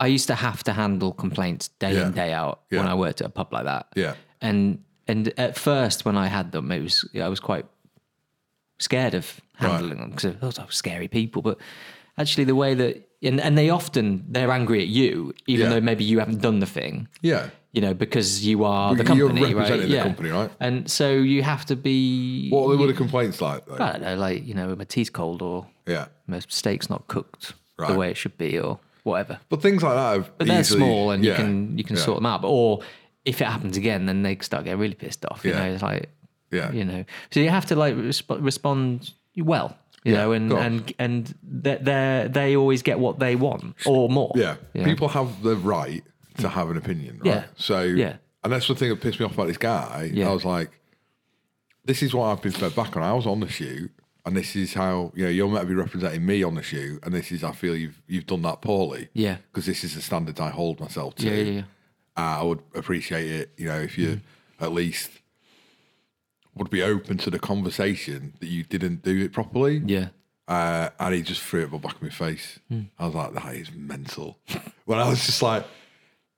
S1: I used to have to handle complaints day
S2: Yeah.
S1: in day out when
S2: Yeah.
S1: I worked at a pub like that.
S2: Yeah.
S1: and and at first when I had them, it was yeah, I was quite scared of handling them 'cause them because those are scary people. But actually, the way that and and they often they're angry at you, even
S2: Yeah.
S1: though maybe you haven't done the thing.
S2: Yeah.
S1: You know, because you are the
S2: But you're
S1: company, right?
S2: representing the company, right?
S1: And so you have to be.
S2: What were the complaints like? Though?
S1: I don't know, like you know, my tea's cold or
S2: Yeah.
S1: my steak's not cooked
S2: Right.
S1: the way it should be or whatever.
S2: But things like that have
S1: But they're
S2: easily-
S1: small and
S2: yeah,
S1: you can you can
S2: yeah,
S1: sort them out. But or if it happens again, then they start getting really pissed off. You
S2: Yeah.
S1: know, it's like
S2: Yeah.
S1: you know. So you have to like resp- respond well, you
S2: Yeah,
S1: know, and
S2: of course.
S1: and and they they they always get what they want or more.
S2: Yeah.
S1: you know.
S2: People have the right to have an opinion, right?
S1: Yeah.
S2: So,
S1: Yeah.
S2: and that's the thing that pissed me off about this guy.
S1: Yeah.
S2: I was like, this is what I've been fed back on. I was on the shoot, and this is how, you know, you're meant to be representing me on the shoot, and this is, I feel you've you've done that poorly.
S1: Yeah.
S2: Because this is the standards I hold myself to.
S1: Yeah, yeah, yeah.
S2: Uh, I would appreciate it, you know, if
S1: Mm.
S2: you at least would be open to the conversation that you didn't do it properly.
S1: Yeah. Mm.
S2: Uh, and he just threw it back in my face. I was like, that is mental. <laughs> when I was just like,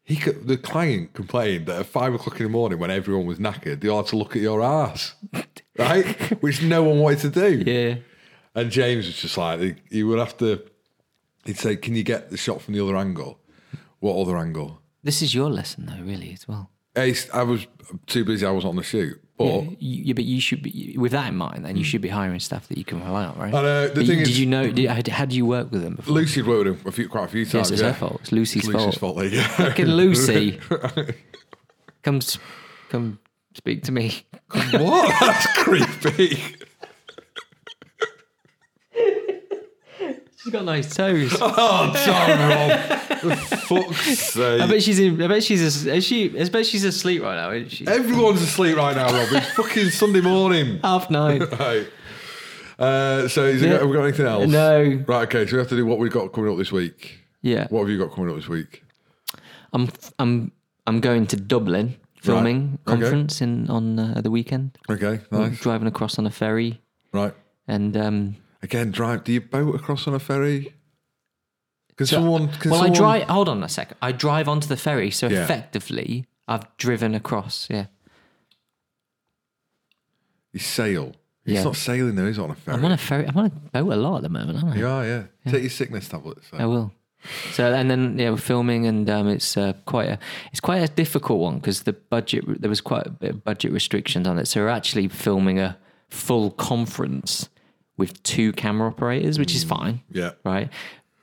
S2: he could, the client complained that at five o'clock in the morning when everyone was knackered, they all had to look at
S1: <laughs>
S2: your ass, right? Which no one wanted to do.
S1: Yeah.
S2: And James was just like, he, he would have to, he'd say, can you get the shot from the other angle? What other angle?
S1: This is your lesson though, really, as well.
S2: Ace, I was too busy. I was on the shoot. But
S1: You- you- but you should be with that in mind. Then you should be hiring staff that you can rely on, right?
S2: I know, the
S1: But you-
S2: thing
S1: did
S2: is-
S1: you know? Did, how, how do you work with them before?
S2: Lucy wrote him a few, quite a few
S1: Yes,
S2: times.
S1: it's
S2: yeah.
S1: her fault. It's Lucy's,
S2: It's Lucy's
S1: fault.
S2: fault. there you go.
S1: Fucking Lucy. come, s- come speak to me.
S2: <laughs> what? That's creepy.
S1: She's got nice toes.
S2: Oh, Tom, Rob. For fuck's sake.
S1: I bet she's. In, I bet she's. as- is she? I bet she's asleep right now, isn't she?
S2: Everyone's asleep right now, Rob. It's fucking Sunday morning.
S1: Half
S2: <laughs>
S1: night.
S2: Right. Uh, so, is
S1: Yeah.
S2: have we got anything else?
S1: No.
S2: Right, okay. So, we have to do what we've got coming up this week.
S1: Yeah.
S2: What have you got coming up this week?
S1: I'm. I'm. I'm going to Dublin filming
S2: Okay.
S1: conference in on uh, the weekend.
S2: Okay, nice.
S1: Driving across on a ferry
S2: Right.
S1: and. um
S2: Again, drive. Do you boat across on a ferry? Can
S1: So-
S2: someone. Can
S1: Well,
S2: someone...
S1: I drive. Hold on a second. I drive onto the ferry, so
S2: Yeah.
S1: effectively, I've driven across. Yeah.
S2: You sail. It's
S1: Yeah.
S2: not sailing though, is it, on a ferry?
S1: I'm on a ferry. I'm on a boat a lot at the moment, aren't I?
S2: You are, yeah. Take your sickness tablets. so.
S1: I will. So and then yeah, we're filming, and um, it's uh, quite a it's quite a difficult one because the budget there was quite a bit of budget restrictions on it. So we're actually filming a full conference with two camera operators, which is
S2: Mm.
S1: fine,
S2: Yeah.
S1: right?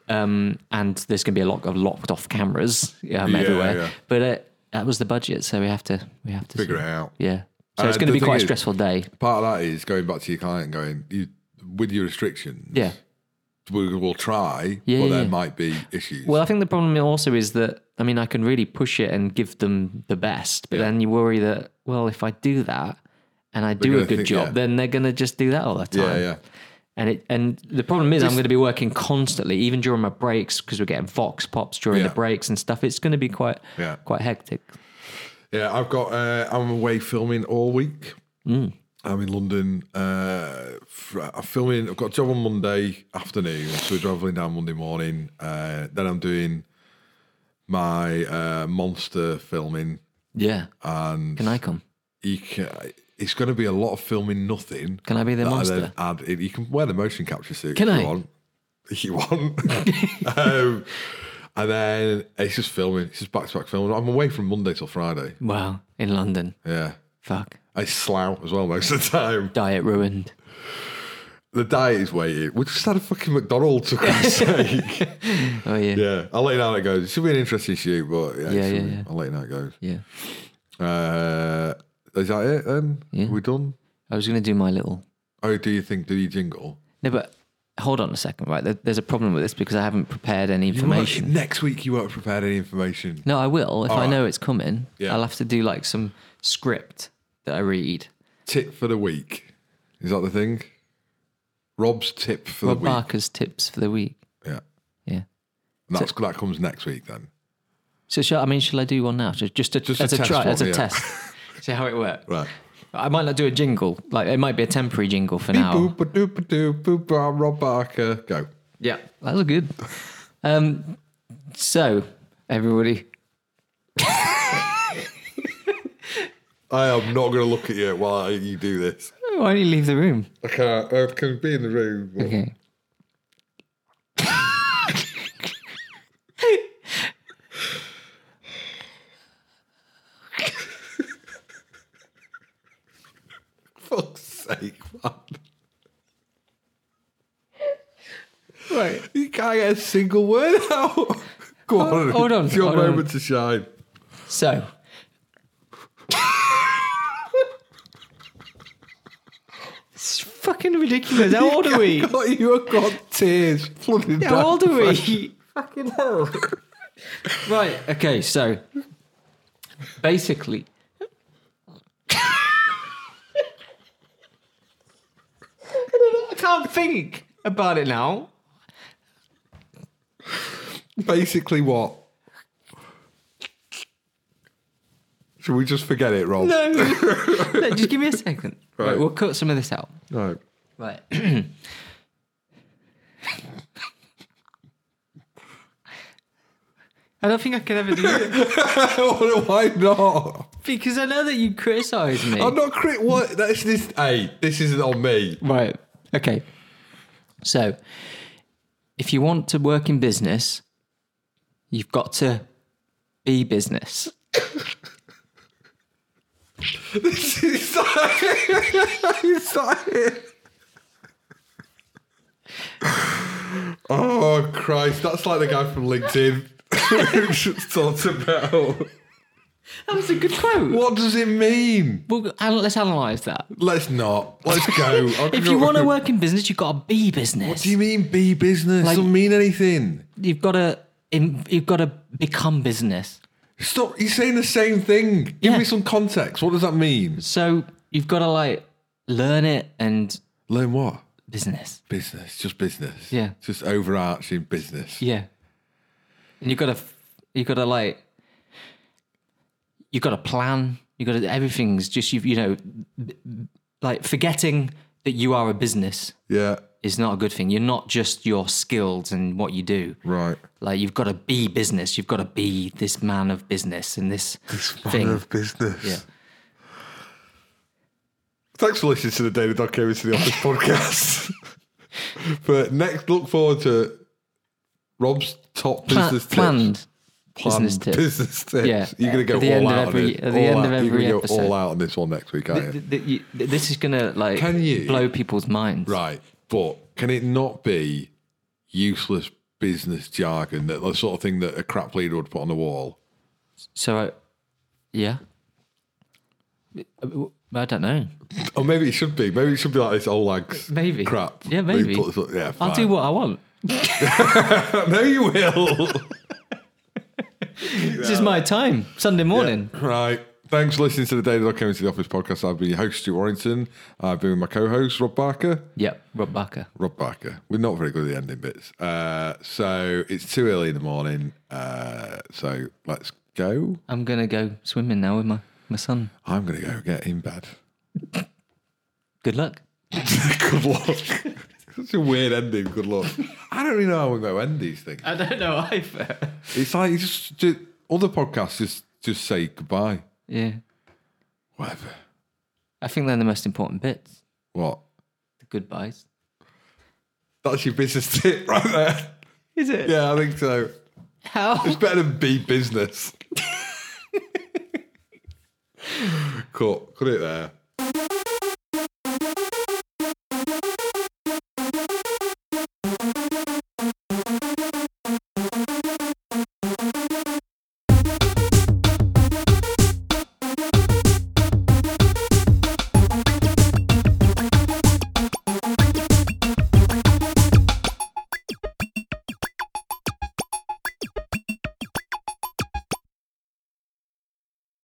S1: Um, and there's going to be a lot of locked off cameras um,
S2: Yeah,
S1: everywhere,
S2: yeah.
S1: but uh, that was the budget, so we have to we have to
S2: Figure it out.
S1: Yeah, so
S2: Uh,
S1: it's going to
S2: the
S1: be
S2: thing
S1: quite
S2: is-
S1: a stressful day.
S2: Part of that is going back to your client and going, you, with your restrictions,
S1: Yeah.
S2: we will try,
S1: Yeah,
S2: but
S1: yeah,
S2: there
S1: yeah.
S2: might be issues.
S1: Well, I think the problem also is that I mean I can really push it and give them the best, but then you worry that well if I do that and I do a
S2: gonna
S1: good
S2: think-
S1: job,
S2: yeah.
S1: then they're going to just do that all the
S2: yeah,
S1: time.
S2: yeah.
S1: And it and the problem is I'm going to be working constantly, even during my breaks because we're getting vox pops during
S2: Yeah.
S1: the breaks and stuff. It's going to be quite
S2: Yeah.
S1: quite hectic.
S2: Yeah, I've got, uh, I'm away filming all week.
S1: Mm.
S2: I'm in London. Uh, fr- I'm filming, I've got a job on Monday afternoon, so we're travelling down Monday morning. Uh, then I'm doing my uh, monster filming.
S1: Yeah.
S2: And
S1: Can I come?
S2: you can, it's going to be a lot of filming nothing.
S1: Can I be the
S2: that I
S1: monster?
S2: then add in. You can wear the motion capture suit
S1: Can
S2: if
S1: I?
S2: you want. If you want. <laughs> um, and then it's just filming. It's just back to back filming. I'm away from Monday till Friday.
S1: Wow, in London.
S2: Yeah.
S1: Fuck.
S2: I slough as well most of the time.
S1: Diet ruined.
S2: The diet is waiting. We just had a fucking McDonald's
S1: <laughs>
S2: for Christ's sake.
S1: Oh yeah. Yeah.
S2: Yeah. I'll let you know how it goes. It should be an interesting shoot, but yeah, it
S1: Yeah,
S2: should
S1: yeah,
S2: be.
S1: yeah.
S2: I'll let you know how it goes. Uh, is that it then?
S1: Yeah.
S2: we done?
S1: I was going to do my little
S2: Oh, do you think, do you jingle?
S1: No, but hold on a second, right? There- There's a problem with this because I haven't prepared any
S2: You won't-
S1: information.
S2: next week you won't have prepared any information.
S1: No, I will if I
S2: Alright.
S1: know it's coming.
S2: Yeah.
S1: I'll have to do like some script that I read.
S2: Tip for the week. Is that the thing? Rob's tip for
S1: Rob
S2: the week.
S1: Barker's tips for the week.
S2: Yeah.
S1: Yeah.
S2: And that's, that comes next week then.
S1: So shall, I mean, shall I do one now? Just, just, a,
S2: Just a
S1: as a,
S2: test
S1: try,
S2: one,
S1: as a
S2: yeah.
S1: test. <laughs> See how it works.
S2: Right.
S1: I might not do a jingle. Like it might be a temporary jingle for now.
S2: Boop, boop, boop, boop, boop, boop, Rob Barker. Go.
S1: Yeah, that was good. Um, so everybody,
S2: I am not going to look at you while you do this.
S1: why don't you leave the room?
S2: I can't. I can be in the room.
S1: <laughs>
S2: but-
S1: Okay.
S2: fuck's sake, man.
S1: Right.
S2: You can't get a single word out. <laughs> Go on.
S1: hold on,
S2: It's your
S1: hold on.
S2: moment to shine. <laughs>
S1: So. <laughs> it's fucking ridiculous. How old are we?
S2: God, you have got tears flooding down.
S1: How old are we? <laughs> fucking hell. right. Okay. So basically. <laughs> I, don't know, I can't think about it now. <laughs>
S2: Basically, what? Should we just forget it, Rob?
S1: No. no just give me a second. Right.
S2: Right.
S1: We'll cut some of this out.
S2: <laughs> Right.
S1: Right. <clears throat> I don't think I can ever do it
S2: Oh, Why not?
S1: because I know that you criticise me.
S2: I'm not crit. What? That's this. Hey, this isn't on me. <laughs>
S1: Right. Okay. So, if you want to work in business, you've got to be business.
S2: This is it's not it. Oh Christ! That's like the guy from LinkedIn <laughs> who just talked about.
S1: That was a good quote.
S2: What does it mean?
S1: Well, an- let's analyse that.
S2: Let's not. Let's go.
S1: If you want to work in business, you've got to be business.
S2: do you mean be business?
S1: Like-
S2: Doesn't mean anything.
S1: You've got to. In, you've got to become business.
S2: Stop. You're saying the same thing. Give
S1: Yeah.
S2: me some context. What does that mean?
S1: So you've got to like learn it and
S2: Learn what?
S1: business.
S2: Business. Just business.
S1: Yeah.
S2: Just overarching business.
S1: Yeah. And you've got to, you've got to like, you've got to plan. You've got to, everything's just, you you know, b- b- like forgetting that you are a business
S2: Yeah.
S1: is not a good thing. You're not just your skills and what you do.
S2: Right.
S1: Like you've got to be business. You've got to be this man of business and this, thing.
S2: Matter of business.
S1: yeah.
S2: Thanks for listening to the Daily Dog Came into the Office podcast. <laughs> but next, look forward to Rob's top
S1: Pla-
S2: <laughs> business tips.
S1: planned.
S2: Planned
S1: business tips.
S2: business tips.
S1: Yeah.
S2: You're gonna go
S1: At the
S2: all
S1: end of
S2: out on
S1: every-
S2: it.
S1: at the
S2: All
S1: end of
S2: out. You're
S1: every
S2: gonna go
S1: episode.
S2: all out on this one next week, aren't you?
S1: Th- th- you- th- this is gonna like
S2: Can you-
S1: blow people's minds.
S2: right, but can it not be useless business jargon? That the sort of thing that a crap leader would put on the wall.
S1: So, I, yeah. Uh, I don't know.
S2: Or maybe it should be. Maybe it should be like this Olag's
S1: Maybe.
S2: crap.
S1: Yeah,
S2: Where you
S1: maybe.
S2: put this- yeah,
S1: I'll do
S2: fine.
S1: what I want.
S2: No, you will.
S1: This is my time. Sunday morning.
S2: <laughs> Right. Thanks for listening to the Daily Dog Came into the Office podcast. I've been your host, Stu Warrington. I've been with my co host, Rob Barker.
S1: Yep. Rob Barker.
S2: Rob Barker. We're not very good at the ending bits. Uh, so it's too early in the morning. Uh, so let's go.
S1: I'm gonna go swimming now with my my son.
S2: I'm going to go get in bed.
S1: Good luck.
S2: <laughs> good luck. Such a weird ending. Good luck. I don't really know how I'm going to end these things.
S1: <laughs> I don't know either.
S2: It's like, you just, just other podcasts just, just say goodbye.
S1: Yeah.
S2: Whatever.
S1: I think they're the most important bits.
S2: What?
S1: The goodbyes.
S2: That's your business tip <laughs> right there.
S1: Is it?
S2: Yeah, I think so.
S1: How?
S2: It's better than be <laughs> business. cut, cut it there.